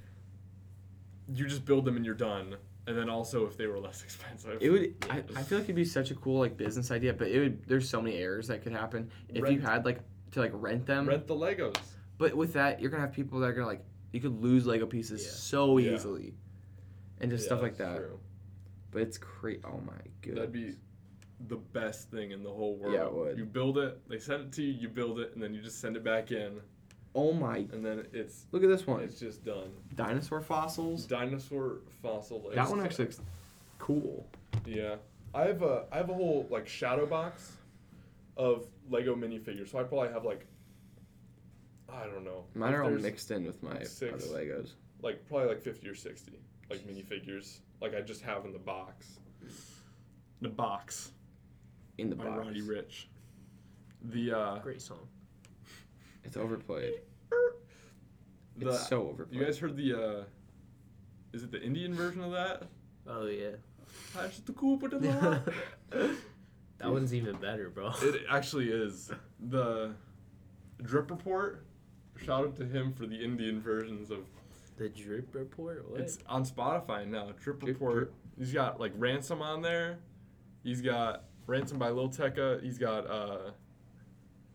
B: you just build them and you're done, and then also if they were less expensive.
C: It would. I, I feel like it'd be such a cool like business idea, but it would. There's so many errors that could happen if you
B: Rent.
C: had like to like rent them.
B: rent the Legos.
C: But with that, you're gonna have people that are gonna like you could lose Lego pieces
A: Yeah.
C: so
B: Yeah.
C: easily, and just
B: Yeah,
C: stuff like
B: that's
C: that.
B: true.
C: But it's crazy. Oh my goodness.
B: That'd be the best thing in the whole world.
C: Yeah, it would.
B: You build it, they send it to you, you build it, and then you just send it back in,
C: Oh my.
B: and then it's
C: Look at this one.
B: it's just done.
C: Dinosaur fossils.
B: Dinosaur fossil Legos.
C: That one actually looks cool.
B: Yeah, I have a I have a whole like shadow box of Lego minifigures. So I probably have like I don't know.
C: Mine
B: If
C: are all
B: there's,
C: mixed in with my
B: six.
C: other Legos.
B: Like probably like fifty or sixty like minifigures. Like I just have in the box. The box
C: In the
B: by
C: box.
B: Roddy Rich. The uh
A: Great song.
C: It's overplayed.
B: the
C: it's so
B: you
C: overplayed.
B: guys heard the uh is it the Indian version of that?
A: Oh yeah.
B: Touch the Cooper to the
A: That one's even better, bro.
B: It actually is. The Drip Report, shout out to him for the Indian versions of
A: the drip report? What?
B: It's on Spotify now. Drip
C: Drip,
B: Report.
C: drip.
B: He's got like Ransom on there. He's got Ransom by Lil Tecca. He's got uh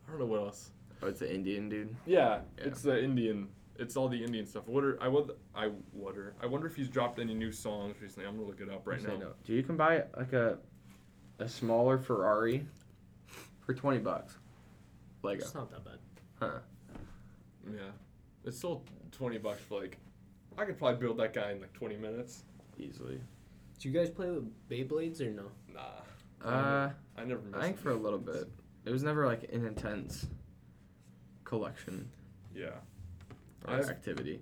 B: I don't know what else.
C: oh, it's an Indian dude.
B: Yeah,
C: Yeah.
B: it's the Indian. It's all the Indian stuff. What are I wonder I wonder I wonder if he's dropped any new songs recently. I'm gonna look it up right
C: Just
B: now.
C: say no. Dude, you can buy like a a smaller Ferrari for twenty bucks. Lego.
A: It's not that bad.
C: Huh.
B: Yeah, it's still twenty bucks for like. I could probably build that guy in like twenty minutes.
C: Easily.
A: Do you guys play with Beyblades or no?
B: Nah,
C: Uh
B: I never. mess
C: I think
B: with
C: for a
B: these
C: little
B: things.
C: bit. It was never like an intense collection
B: Yeah.
C: or
B: I've-
C: activity.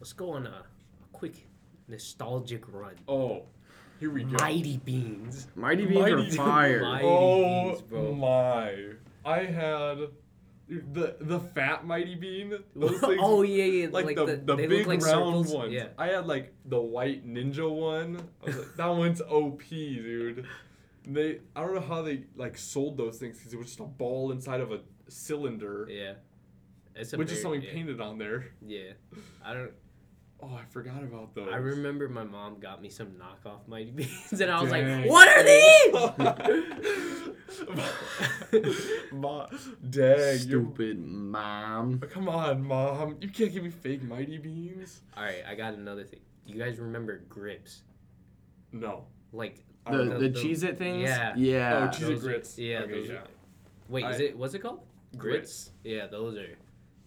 A: Let's go on a, a quick nostalgic run.
B: Oh, here we go.
A: Mighty Beans.
C: Mighty Beans
B: Mighty-
C: are fire.
A: Mighty
B: Oh
A: Beans, bro.
B: my! I had the the fat mighty bean. Those things,
A: oh yeah, yeah.
B: like, the the,
A: they look
B: big
A: like
B: round
A: circles.
B: ones.
A: Yeah.
B: I had like the white ninja one. I was like, that one's OP, dude. They I don't know how they like sold those things because it was just a ball inside of a cylinder,
A: Yeah. It's a
B: with just
A: very-
B: something painted on there.
A: Yeah. yeah. I don't.
B: Oh, I forgot about those.
A: I remember my mom got me some knockoff Mighty Beans, and I was
E: Dang.
A: like, "What are these?"
B: Ma, dang, you
E: Stupid mom.
B: come on, mom, you can't give me fake Mighty Beams.
A: All right, I got another thing. Do you guys remember grips?
B: No.
A: Like
B: I
E: The
B: don't
E: the,
A: the-
B: know.
E: Cheez It things?
A: yeah.
E: Yeah.
B: Oh, Cheez-It
A: those are-
B: grits.
A: Yeah.
B: Okay,
A: those are-
B: yeah.
A: wait, is
B: I-
A: it what's it called?
B: Grits.
A: Yeah, those are.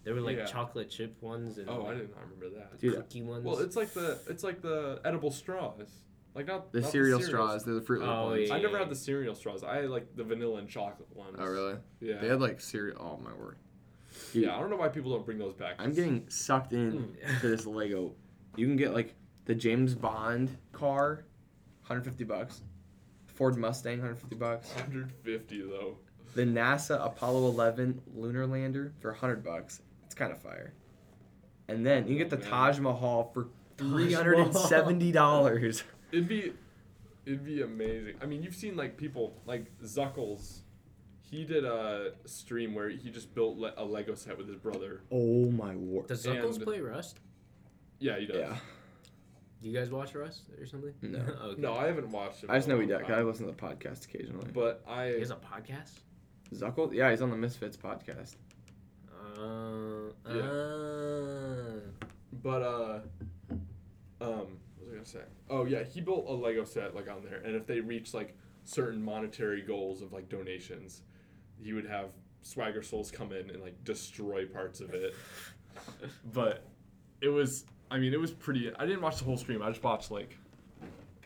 A: They were like
B: Yeah.
A: chocolate chip ones and
B: Oh, I
A: like,
B: did not remember that.
E: Dude,
A: cookie ones.
B: Well, it's like the it's like the edible straws, like not
E: the
B: not
E: cereal
B: cereals.
E: straws. They're the Fruit Loop
A: Oh,
E: ones.
A: yeah.
B: I never had the cereal straws. I had like the vanilla and chocolate ones.
E: Oh, really?
B: Yeah.
E: They had like cereal. Oh, my word. Dude,
B: yeah. I don't know why people don't bring those back.
E: I'm getting sucked in
B: Hmm.
E: to this Lego. You can get like the James Bond car, 150 bucks. Ford Mustang, 150 bucks.
B: 150 though.
E: The NASA Apollo 11 lunar lander for 100 bucks. It's kind of fire. And then you can get the
B: Oh, Man.
E: Taj Mahal for
A: Taj Mahal.
E: $370.
B: It'd be, it'd be amazing. I mean, you've seen like people like Zuckles. He did a stream where he just built le- a Lego set with his brother.
E: Oh my word.
A: Does Zuckles
B: and-
A: play Rust?
B: Yeah, he does.
E: Yeah.
A: Do you guys watch Rust or something?
E: No.
A: okay.
B: No, I haven't watched it.
E: I just know he
B: in a
E: does.
B: long
E: 'cause I
B: time.
E: listen to the podcast occasionally.
B: But I
A: He has a podcast.
E: Zuckel? Yeah, he's on the Misfits podcast.
A: Uh,
B: Yeah.
A: uh,
B: But uh, um, what was I gonna say? Oh yeah, he built a Lego set like on there, and if they reach like certain monetary goals of like donations, he would have Swagger Souls come in and like destroy parts of it. but it was, I mean, it was pretty. I didn't watch the whole stream. I just watched like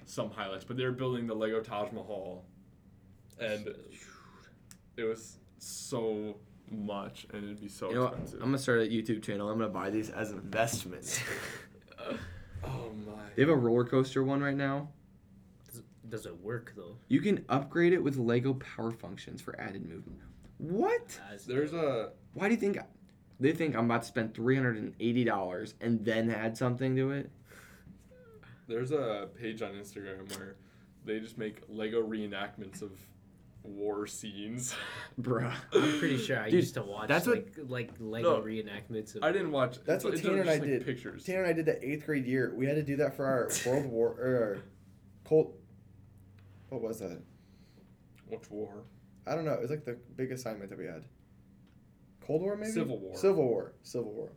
B: some highlights. But they were building the Lego Taj Mahal, and it was so much, and it'd be so
E: You know what? I'm
B: expensive.
E: gonna start a YouTube channel. I'm gonna buy these as investments.
B: oh my.
E: they have a roller coaster one right now.
A: does, does it work though?
E: You can upgrade it with Lego Power Functions for added movement. What?
A: As-
B: There's a
E: Why do you think they think I'm about to spend three hundred and eighty dollars and then add something to it?
B: There's a page on Instagram where they just make Lego reenactments of war scenes.
E: Bruh.
A: I'm pretty sure I
E: Dude,
A: used to watch
E: that's what-
A: like like Lego
B: No,
A: reenactments. Of
B: I didn't watch.
C: That's what
B: it's
C: Tanner and
B: just,
C: I
B: like,
C: did.
B: Pictures.
C: Tanner and I did that eighth grade year. We had to do that for our World War or Cold. What was that?
B: Which war?
C: I don't know. It was like the big assignment that we had. Cold War maybe.
B: Civil War.
C: Civil War. Civil War.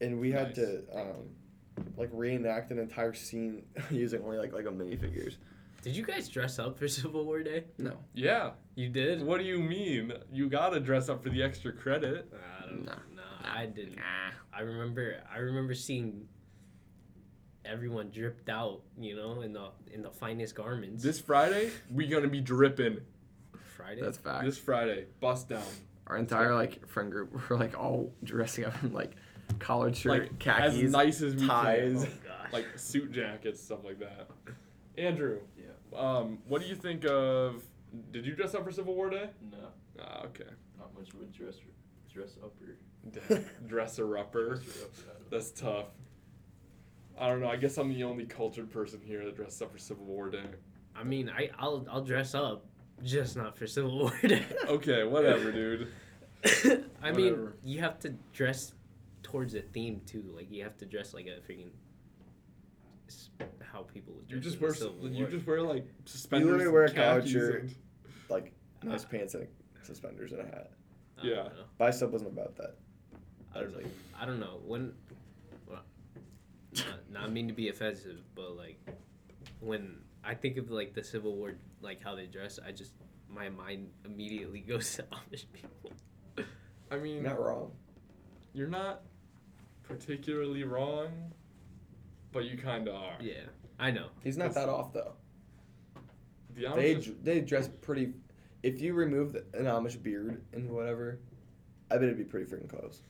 C: And we had
B: Nice.
C: to um, like reenact an entire scene.
E: Using only like Lego minifigures.
A: Did you guys dress up for Civil War Day?
E: No.
B: Yeah.
A: You did?
B: What do you mean? You gotta dress up for the extra credit.
A: I don't know.
E: Nah.
A: I didn't.
E: Nah.
A: I remember. I remember seeing everyone dripped out. You know, in the in the finest garments.
B: This Friday, we gonna be dripping.
A: Friday.
E: That's fact.
B: This Friday, bust down.
E: Our entire like friend group were like all dressing up in like collared shirt,
B: Like as
E: khakis.
B: nice as we
E: ties.
A: oh
B: can.
A: gosh.
B: Like suit jackets, stuff like that. Andrew.
D: Yeah.
B: Um, what do you think of? Did you dress up for Civil War Day?
D: No,
B: Ah, okay.
D: not much of a dress dress upper.
B: Dresser upper.
D: Dresser upper I don't know.
B: That's tough. I don't know. I guess I'm the only cultured person here that dressed up for Civil War Day.
A: I mean, I I'll I'll dress up, just not for Civil War Day.
B: Okay, whatever, dude.
A: I mean,
B: Oh. Whatever.
A: you have to dress towards a theme too. Like you have to dress like a freaking s- how people would
B: You
A: dress.
B: just
A: in the
B: wear
A: Civil
B: some- you
A: War.
B: just wear like suspenders.
C: literally wear a
B: and khakis
C: collared shirt.
B: and-
C: like nice pants and suspenders and a hat.
A: I don't
B: yeah.
A: know.
C: Bicep wasn't about that.
A: I don't know. I don't know when. Well, not, not mean to be offensive, but like when I think of like the Civil War, like how they dress, I just my mind immediately goes to Amish people.
B: I mean,
C: You're not wrong.
B: you're not particularly wrong, but you kind of are.
A: Yeah, I know.
C: He's not that off though.
B: The Amish
C: They
B: is-
C: dr- they dress pretty. If you remove the, an Amish beard and whatever, I bet it'd be pretty freaking close.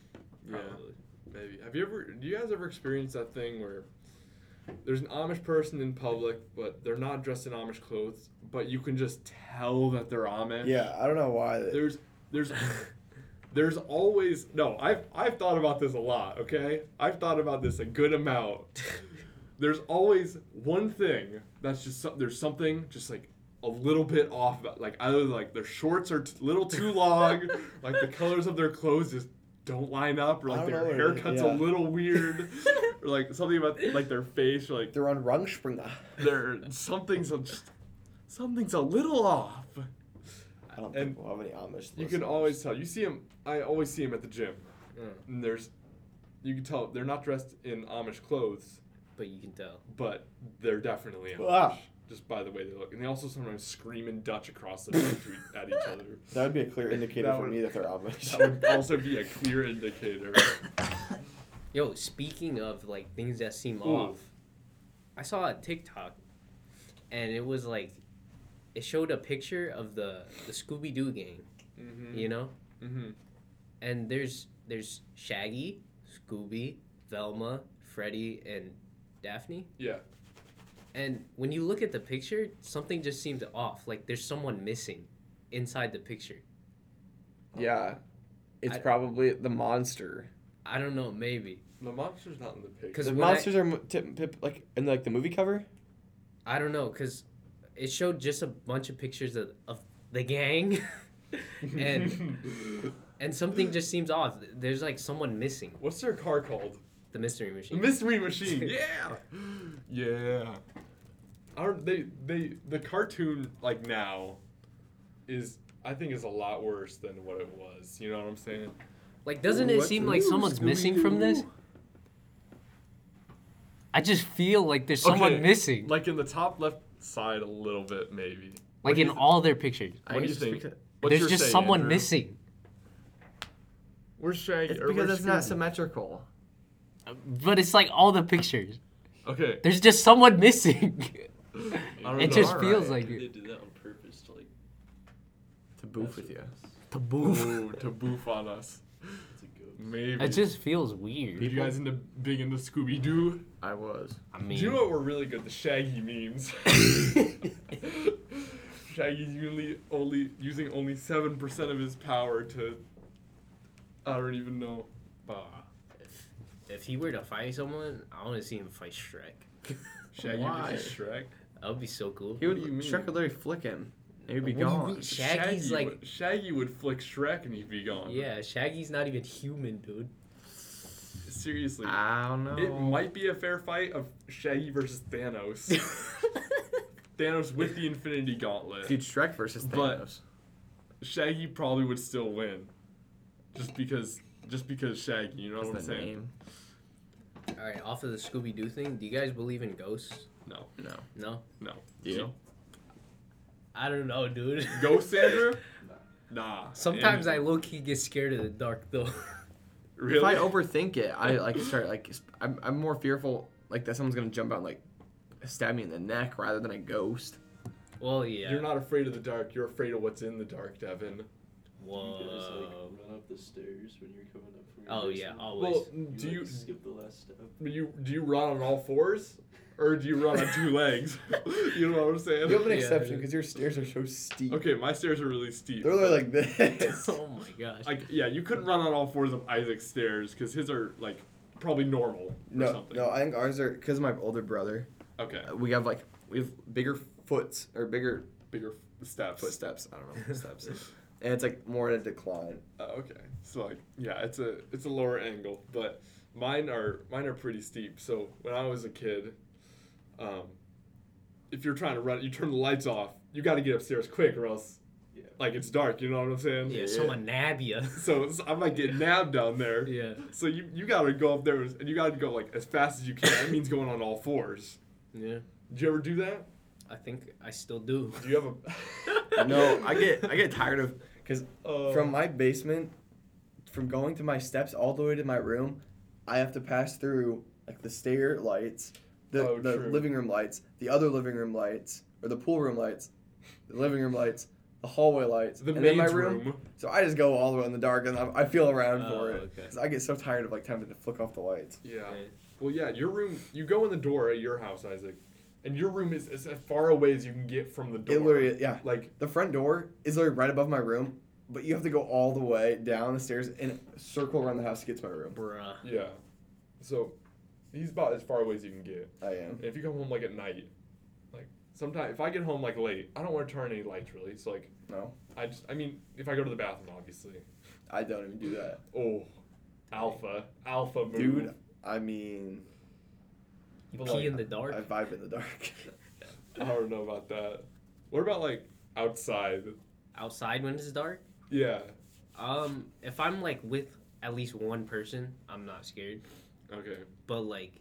B: yeah.
A: Probably.
B: Maybe. Have you ever? Do you guys ever experience that thing where there's an Amish person in public, but they're not dressed in Amish clothes, but you can just tell that they're Amish?
C: Yeah, I don't know why. They,
B: There's there's there's always no. I've I've thought about this a lot. Okay, I've thought about this a good amount. There's always one thing that's just some, there's something just like a little bit off about like either like their shorts are t- little too long, like the colors of their clothes just don't line up, or
C: I
B: like
C: don't
B: their
C: know, or-
B: haircut's a
C: yeah.
B: little weird, or like something about like their face, or like
C: They're on Rungspringer.
B: their something's a, just something's a little off.
C: I don't
B: And
C: think we'll have any Amish.
B: You can
C: listeners.
B: always tell. You see them. I always see them at the gym.
A: Mm.
B: And there's, you can tell they're not dressed in Amish clothes,
A: but you can tell.
B: but they're definitely Amish.
C: Ah.
B: Just by the way they look, and they also sometimes scream in Dutch across the room to e- at each other.
C: That would be a clear indicator
B: That
C: for
B: would-
C: me that they're Amish.
B: That would also be a clear indicator.
A: Yo, speaking of like things that seem
B: Ooh.
A: off, I saw a TikTok, and it was like, it showed a picture of the the Scooby Doo gang.
B: Mm-hmm.
A: You know,
B: Mm-hmm.
A: and there's there's Shaggy, Scooby, Velma, Freddy, and Daphne.
B: Yeah.
A: And when you look at the picture, something just seems off. Like there's someone missing inside the picture.
E: Yeah. It's
A: I-
E: probably the monster.
A: I don't know, maybe.
B: The monster's not in the picture.
A: Cause
C: the
A: when I-
C: monsters are mo- tip, pip, like in like the movie cover.
A: I don't know, cause it showed just a bunch of pictures of, of the gang, and and something just seems off. There's like someone missing.
B: What's their car called?
A: The mystery
B: The
A: machine.
B: Mystery Machine. Yeah. Yeah. Our, they they the cartoon like now, is I think is a lot worse than what it was. You know what I'm saying?
A: like, doesn't it
E: What's
A: seem like
E: new,
A: someone's missing from this?
E: Scooby-Doo?
A: I just feel like there's
B: Okay.
A: someone missing, like,
B: Like in the top left side a little bit maybe.
A: in all their pictures.
E: I
B: What do you
E: just
B: think?
E: because-
B: What's
A: there's
B: your
A: just
B: say,
A: someone
B: Andrew?
A: missing.
B: Where's Shaggy?
E: It's
B: or
E: because
B: where's
E: it's not
B: Scooby?
E: symmetrical.
A: But it's like all the pictures.
B: Okay.
A: There's just someone missing.
B: I don't
A: it
B: know.
A: just
E: Alright.
A: feels like
D: They
A: it.
D: did that on purpose to like.
E: To boof
D: mess
E: with you.
D: us.
A: Taboo.
B: Ooh, to boof on us.
D: It's a ghost.
B: Maybe.
A: It just feels weird.
B: Are you guys into big into Scooby Doo?
E: I was.
A: I
B: Do
A: mean,
B: you know what we're really good? The Shaggy memes. Shaggy's really only using only seven percent of his power to. I don't even know.
A: Bah. If, if he were to fight someone, I want to see him fight Shrek.
B: Shaggy
E: Why?
B: versus Shrek.
A: That would be so cool.
E: He would
B: do you mean?
E: Shrek would literally flick him. And he'd be
A: What do you
E: gone.
A: mean? Shaggy's
B: Shaggy
A: like-
B: would, Shaggy would flick Shrek and he'd be gone.
A: Yeah, Shaggy's not even human, dude.
B: Seriously.
E: I don't know.
B: It might be a fair fight of Shaggy versus Thanos. Thanos with the Infinity Gauntlet.
E: Dude, Shrek versus
B: But-
E: Thanos.
B: Shaggy probably would still win, just because just because Shaggy. You know what I'm
E: That's the
B: saying?
E: name.
A: All right, off of the Scooby Doo thing, do you guys believe in ghosts?
B: No,
E: No.
A: No,
B: no.
E: Do you?
A: I don't know, dude.
B: Ghost Andrew? Nah.
A: Sometimes I
B: Andrew.
A: low key get scared of the dark though.
B: really.
E: If I overthink it, I like start like s- I'm, I'm more fearful like that someone's gonna jump out and like stab me in the neck rather than a ghost.
A: well, yeah.
B: You're not afraid of the dark. You're afraid of what's in the dark, Devin.
D: You guys like
A: Whoa.
D: run up the stairs when you're coming up from your
A: Oh yeah,
D: basement?
A: always.
B: Well,
D: You,
B: do
D: like,
B: you
D: skip the last step?
B: do you do you run on all fours, or do you run on two legs? You know what I'm saying?
C: You have an
A: Yeah,
C: exception
A: dude.
C: because your stairs are so steep.
B: Okay, my stairs are really steep.
C: They're literally like this.
A: oh my gosh.
B: Like yeah, you couldn't run on all fours of Isaac's stairs because his are like probably normal or
C: no,
B: something.
C: no, I think ours are because my older brother.
B: Okay,
E: Uh, We have like we have bigger foots or bigger
B: bigger f- steps.
E: footsteps. I don't know steps.
C: And it's like more in a decline.
B: Uh, okay, so like yeah, it's a it's a lower angle, but mine are mine are pretty steep. So when I was a kid, um, if you're trying to run, you turn the lights off. You got to get upstairs quick, or else
D: Yeah.
B: like it's dark. You know what I'm saying?
A: yeah, someone nab you.
B: So, so I might get nabbed down there.
A: yeah.
B: So you, you gotta go up there and you gotta go like as fast as you can. That means going on all fours.
A: Yeah.
B: Did you ever do that?
A: I think I still do.
B: Do you have a?
C: No, I get I get tired of because
B: Uh,
C: from my basement, from going to my steps all the way to my room, I have to pass through like the stair lights, the,
B: Oh,
C: the
B: true.
C: living room lights, the other living room lights, or the pool room lights, the living room lights, the hallway lights,
B: the
C: and then
B: maid's
C: my
B: room.
C: room. So I just go all the way in the dark and I, I feel around
A: Oh,
C: for it
A: okay.
C: 'Cause I get so tired of like having to flick off the lights.
B: Yeah.
A: Okay.
B: Well, yeah. Your room. You go in the door at your house, Isaac, and your room is, is as far away as you can get from the door.
C: It literally, yeah.
B: like
C: The front door is literally right above my room, but you have to go all the way down the stairs and circle around the house to get to my room.
A: Bruh.
B: yeah. So he's about as far away as you can get.
C: I am.
B: And if you come home like at night, like sometimes if I get home like late, I don't want to turn any lights really. It's like
G: No.
B: I just I mean if I go to the bathroom obviously.
G: I don't even do that.
B: Oh, alpha alpha move.
G: Dude, I mean,
A: You
B: But,
A: pee
B: like,
A: in the dark.
G: I vibe in the dark.
B: I don't know about that. What about like outside?
A: outside when it's dark.
B: Yeah.
A: Um, if I'm like with at least one person, I'm not scared.
B: Okay.
A: But like,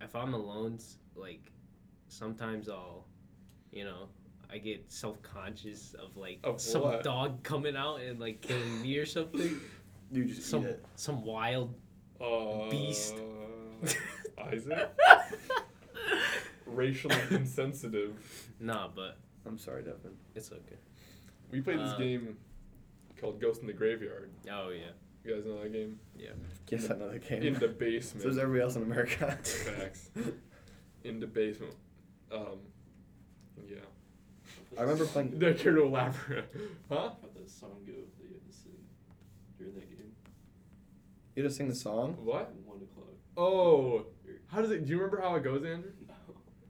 A: if I'm alone, s- like, sometimes I'll, you know, I get self conscious of like
B: Of
A: some
B: what?
A: dog coming out and like killing me or something.
G: Dude, just
A: some
G: eat it.
A: some wild.
B: Uh,
A: Beast.
B: Isaac. Racially insensitive.
A: nah, but
G: I'm sorry, Devin.
A: it's okay.
B: We played this
A: Uh,
B: game called Ghost in the Graveyard.
A: Oh yeah,
B: You guys know that game?
G: Guess another game.
B: In the
G: so is
B: basement.
G: everybody else in America.
B: Facts. In the basement. Um, yeah.
G: I remember playing-
B: They're here to elaborate. Huh?
D: How the song go that you had to sing during that game?
G: You just sing the song?
B: What?
D: One o'clock.
B: Oh. How does it? Do you remember how it goes, Andrew?
D: No.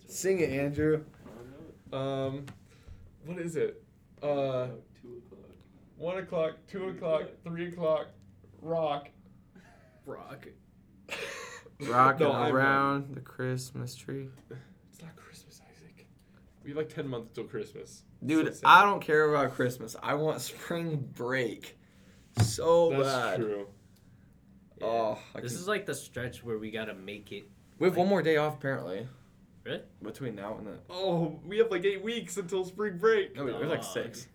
D: That's
G: Sing it, Andrew.
D: right. I don't know it.
B: Um, what is it? Uh,
D: two o'clock.
B: one o'clock, two o'clock, three o'clock, rock.
A: Brock.
C: Rocking
B: No, I'm-
C: around the Christmas tree.
B: It's not Christmas, Isaac. We have like ten months till Christmas.
C: Dude,
B: So sad.
C: I don't care about Christmas. I want spring break so
B: That's
C: bad.
B: true.
A: Yeah.
C: Oh, I
A: This
C: can-
A: is like the stretch where we gotta make it.
C: we have one more day off apparently.
A: Really?
C: Between now and then.
B: Oh, we have like eight weeks until spring break.
C: No, wait, there's like
A: Dog.
C: six.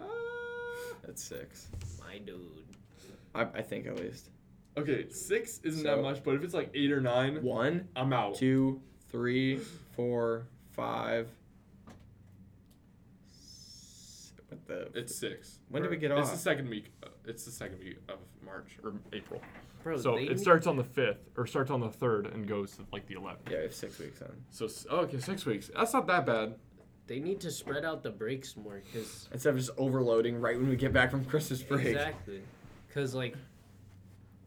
B: Ah.
C: That's six.
A: My dude.
C: I, I think at least.
B: Okay, six isn't
C: So-
B: that much, but if it's like eight or nine,
C: One,
B: I'm out.
C: two, three, four, five. s- What the?
B: It's six.
C: When do
B: Or-
C: we get
B: It's the
C: off?
B: second week. uh, It's the second week of March or April.
C: Oh,
A: Bro,
B: So
A: they
B: it starts on the fifth, or starts on the third, and goes to like the eleventh.
C: yeah, we have six weeks on.
B: So s- oh, okay, six weeks. That's not that bad.
A: They need to spread out the breaks more because
C: Instead of just overloading right when we get back from Christmas break.
A: exactly because like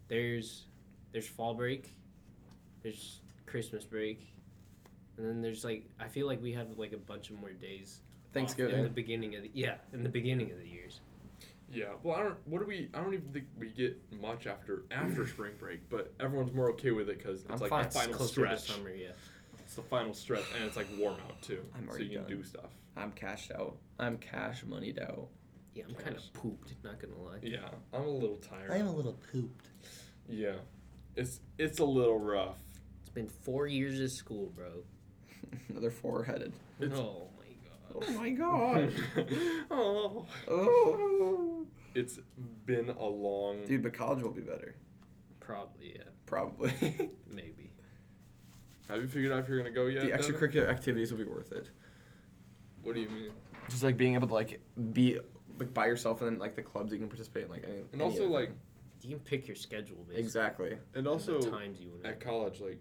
A: there's there's fall break, there's Christmas break, and then there's like I feel like we have like a bunch of more days. off in the
C: Thanksgiving.
A: beginning of the yeah in the beginning of the years.
B: Yeah. Well, I don't. What do we? I don't even think we get much after after spring break, but everyone's more okay with it because it's
C: I'm
B: like
C: fine,
B: the
C: it's
B: final
A: Closer to
B: stretch.
A: summer, yeah.
B: It's the final stretch, and it's like warm out too,
C: I'm
B: so
C: already
B: you can
C: done.
B: do stuff.
C: I'm cashed out. I'm cash moneyed out.
A: Yeah, I'm kind
B: Yes.
A: of pooped. Not gonna lie.
B: Yeah, I'm a little tired.
G: a little pooped.
B: yeah, it's it's a little rough.
A: It's been four years of school, bro.
C: Another four headed.
B: It's-
A: oh my
C: Oh
A: god.
C: my god.
B: oh,
C: oh.
B: it's been a long.
C: Dude, but college will be better.
A: Probably yeah.
C: Probably.
A: Maybe.
B: Have you figured out if you're gonna go yet?
C: the
B: Devin?
C: extracurricular activities will be worth it.
B: What do you mean?
C: Just like being able to like be like by yourself and then like the clubs you can participate in like any,
B: And also
C: of
B: like,
C: them.
A: You can pick your schedule basically.
C: exactly.
B: and
A: and the
B: also
A: times you want
B: at college, like,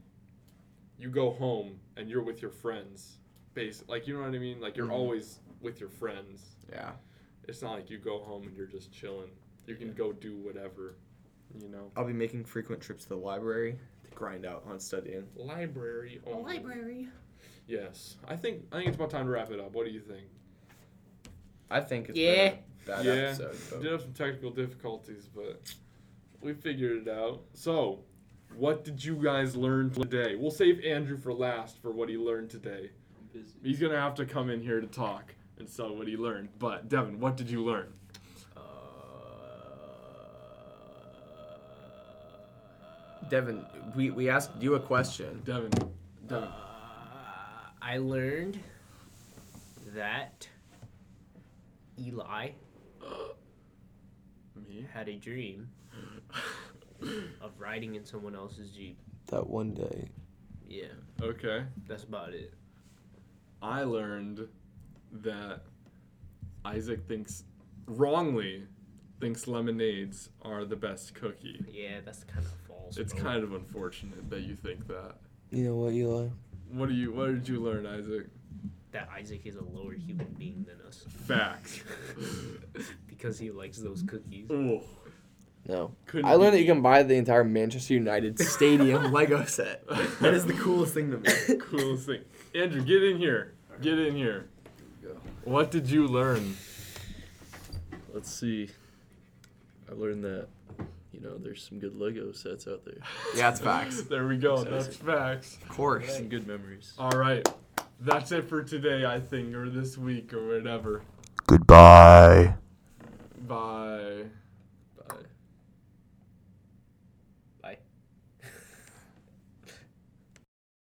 B: you go home and you're with your friends. Base, like you know what I mean. Like you're
C: Mhm.
B: always with your friends.
C: Yeah.
B: It's not like you go home and you're just chilling. You can go do whatever, you know.
C: I'll be making frequent trips to the library to grind out on studying.
B: Library. Only. Yes, I think I think it's about time to wrap it up. What do you think?
C: I think it's
A: Yeah.
C: been a bad
B: Yeah.
C: episode.
B: We
C: But
B: did have some technical difficulties, but we figured it out. So, what did you guys learn today? We'll save Andrew for last for what he learned today.
D: I'm busy.
B: He's gonna have to come in here to talk and sell what he learned. But Devin, what did you learn?
A: uh,
C: Devin, we, we asked you a question.
B: Devin, Devin,
A: Uh, I learned that Eli
B: me.
A: had a dream of riding in someone else's Jeep.
C: That one day.
A: Yeah,
B: Okay.
A: that's about it.
B: I learned that Isaac thinks wrongly thinks lemonades are the best cookie.
A: Yeah, that's kind of false.
B: It's
A: bro.
B: kind of unfortunate that you think that.
C: You know what, Eli?
B: What do you what did you learn, Isaac?
A: that Isaac is a lower human being than us
B: Facts.
A: because he likes those cookies.
B: Ooh.
C: No.
B: Couldn't
C: I learned that
B: be-
C: you can buy the entire Manchester United stadium Lego set. That is the coolest thing to me.
B: coolest thing. Andrew, get in here.
D: All
B: Get in here. What did you learn?
D: Let's see. I learned that, you know, there's some good Lego sets out there.
E: Yeah, it's facts.
B: There we go. That's facts.
E: Of course.
D: Some good memories.
B: All right. That's it for today, I think, or this week, or whatever.
H: Goodbye.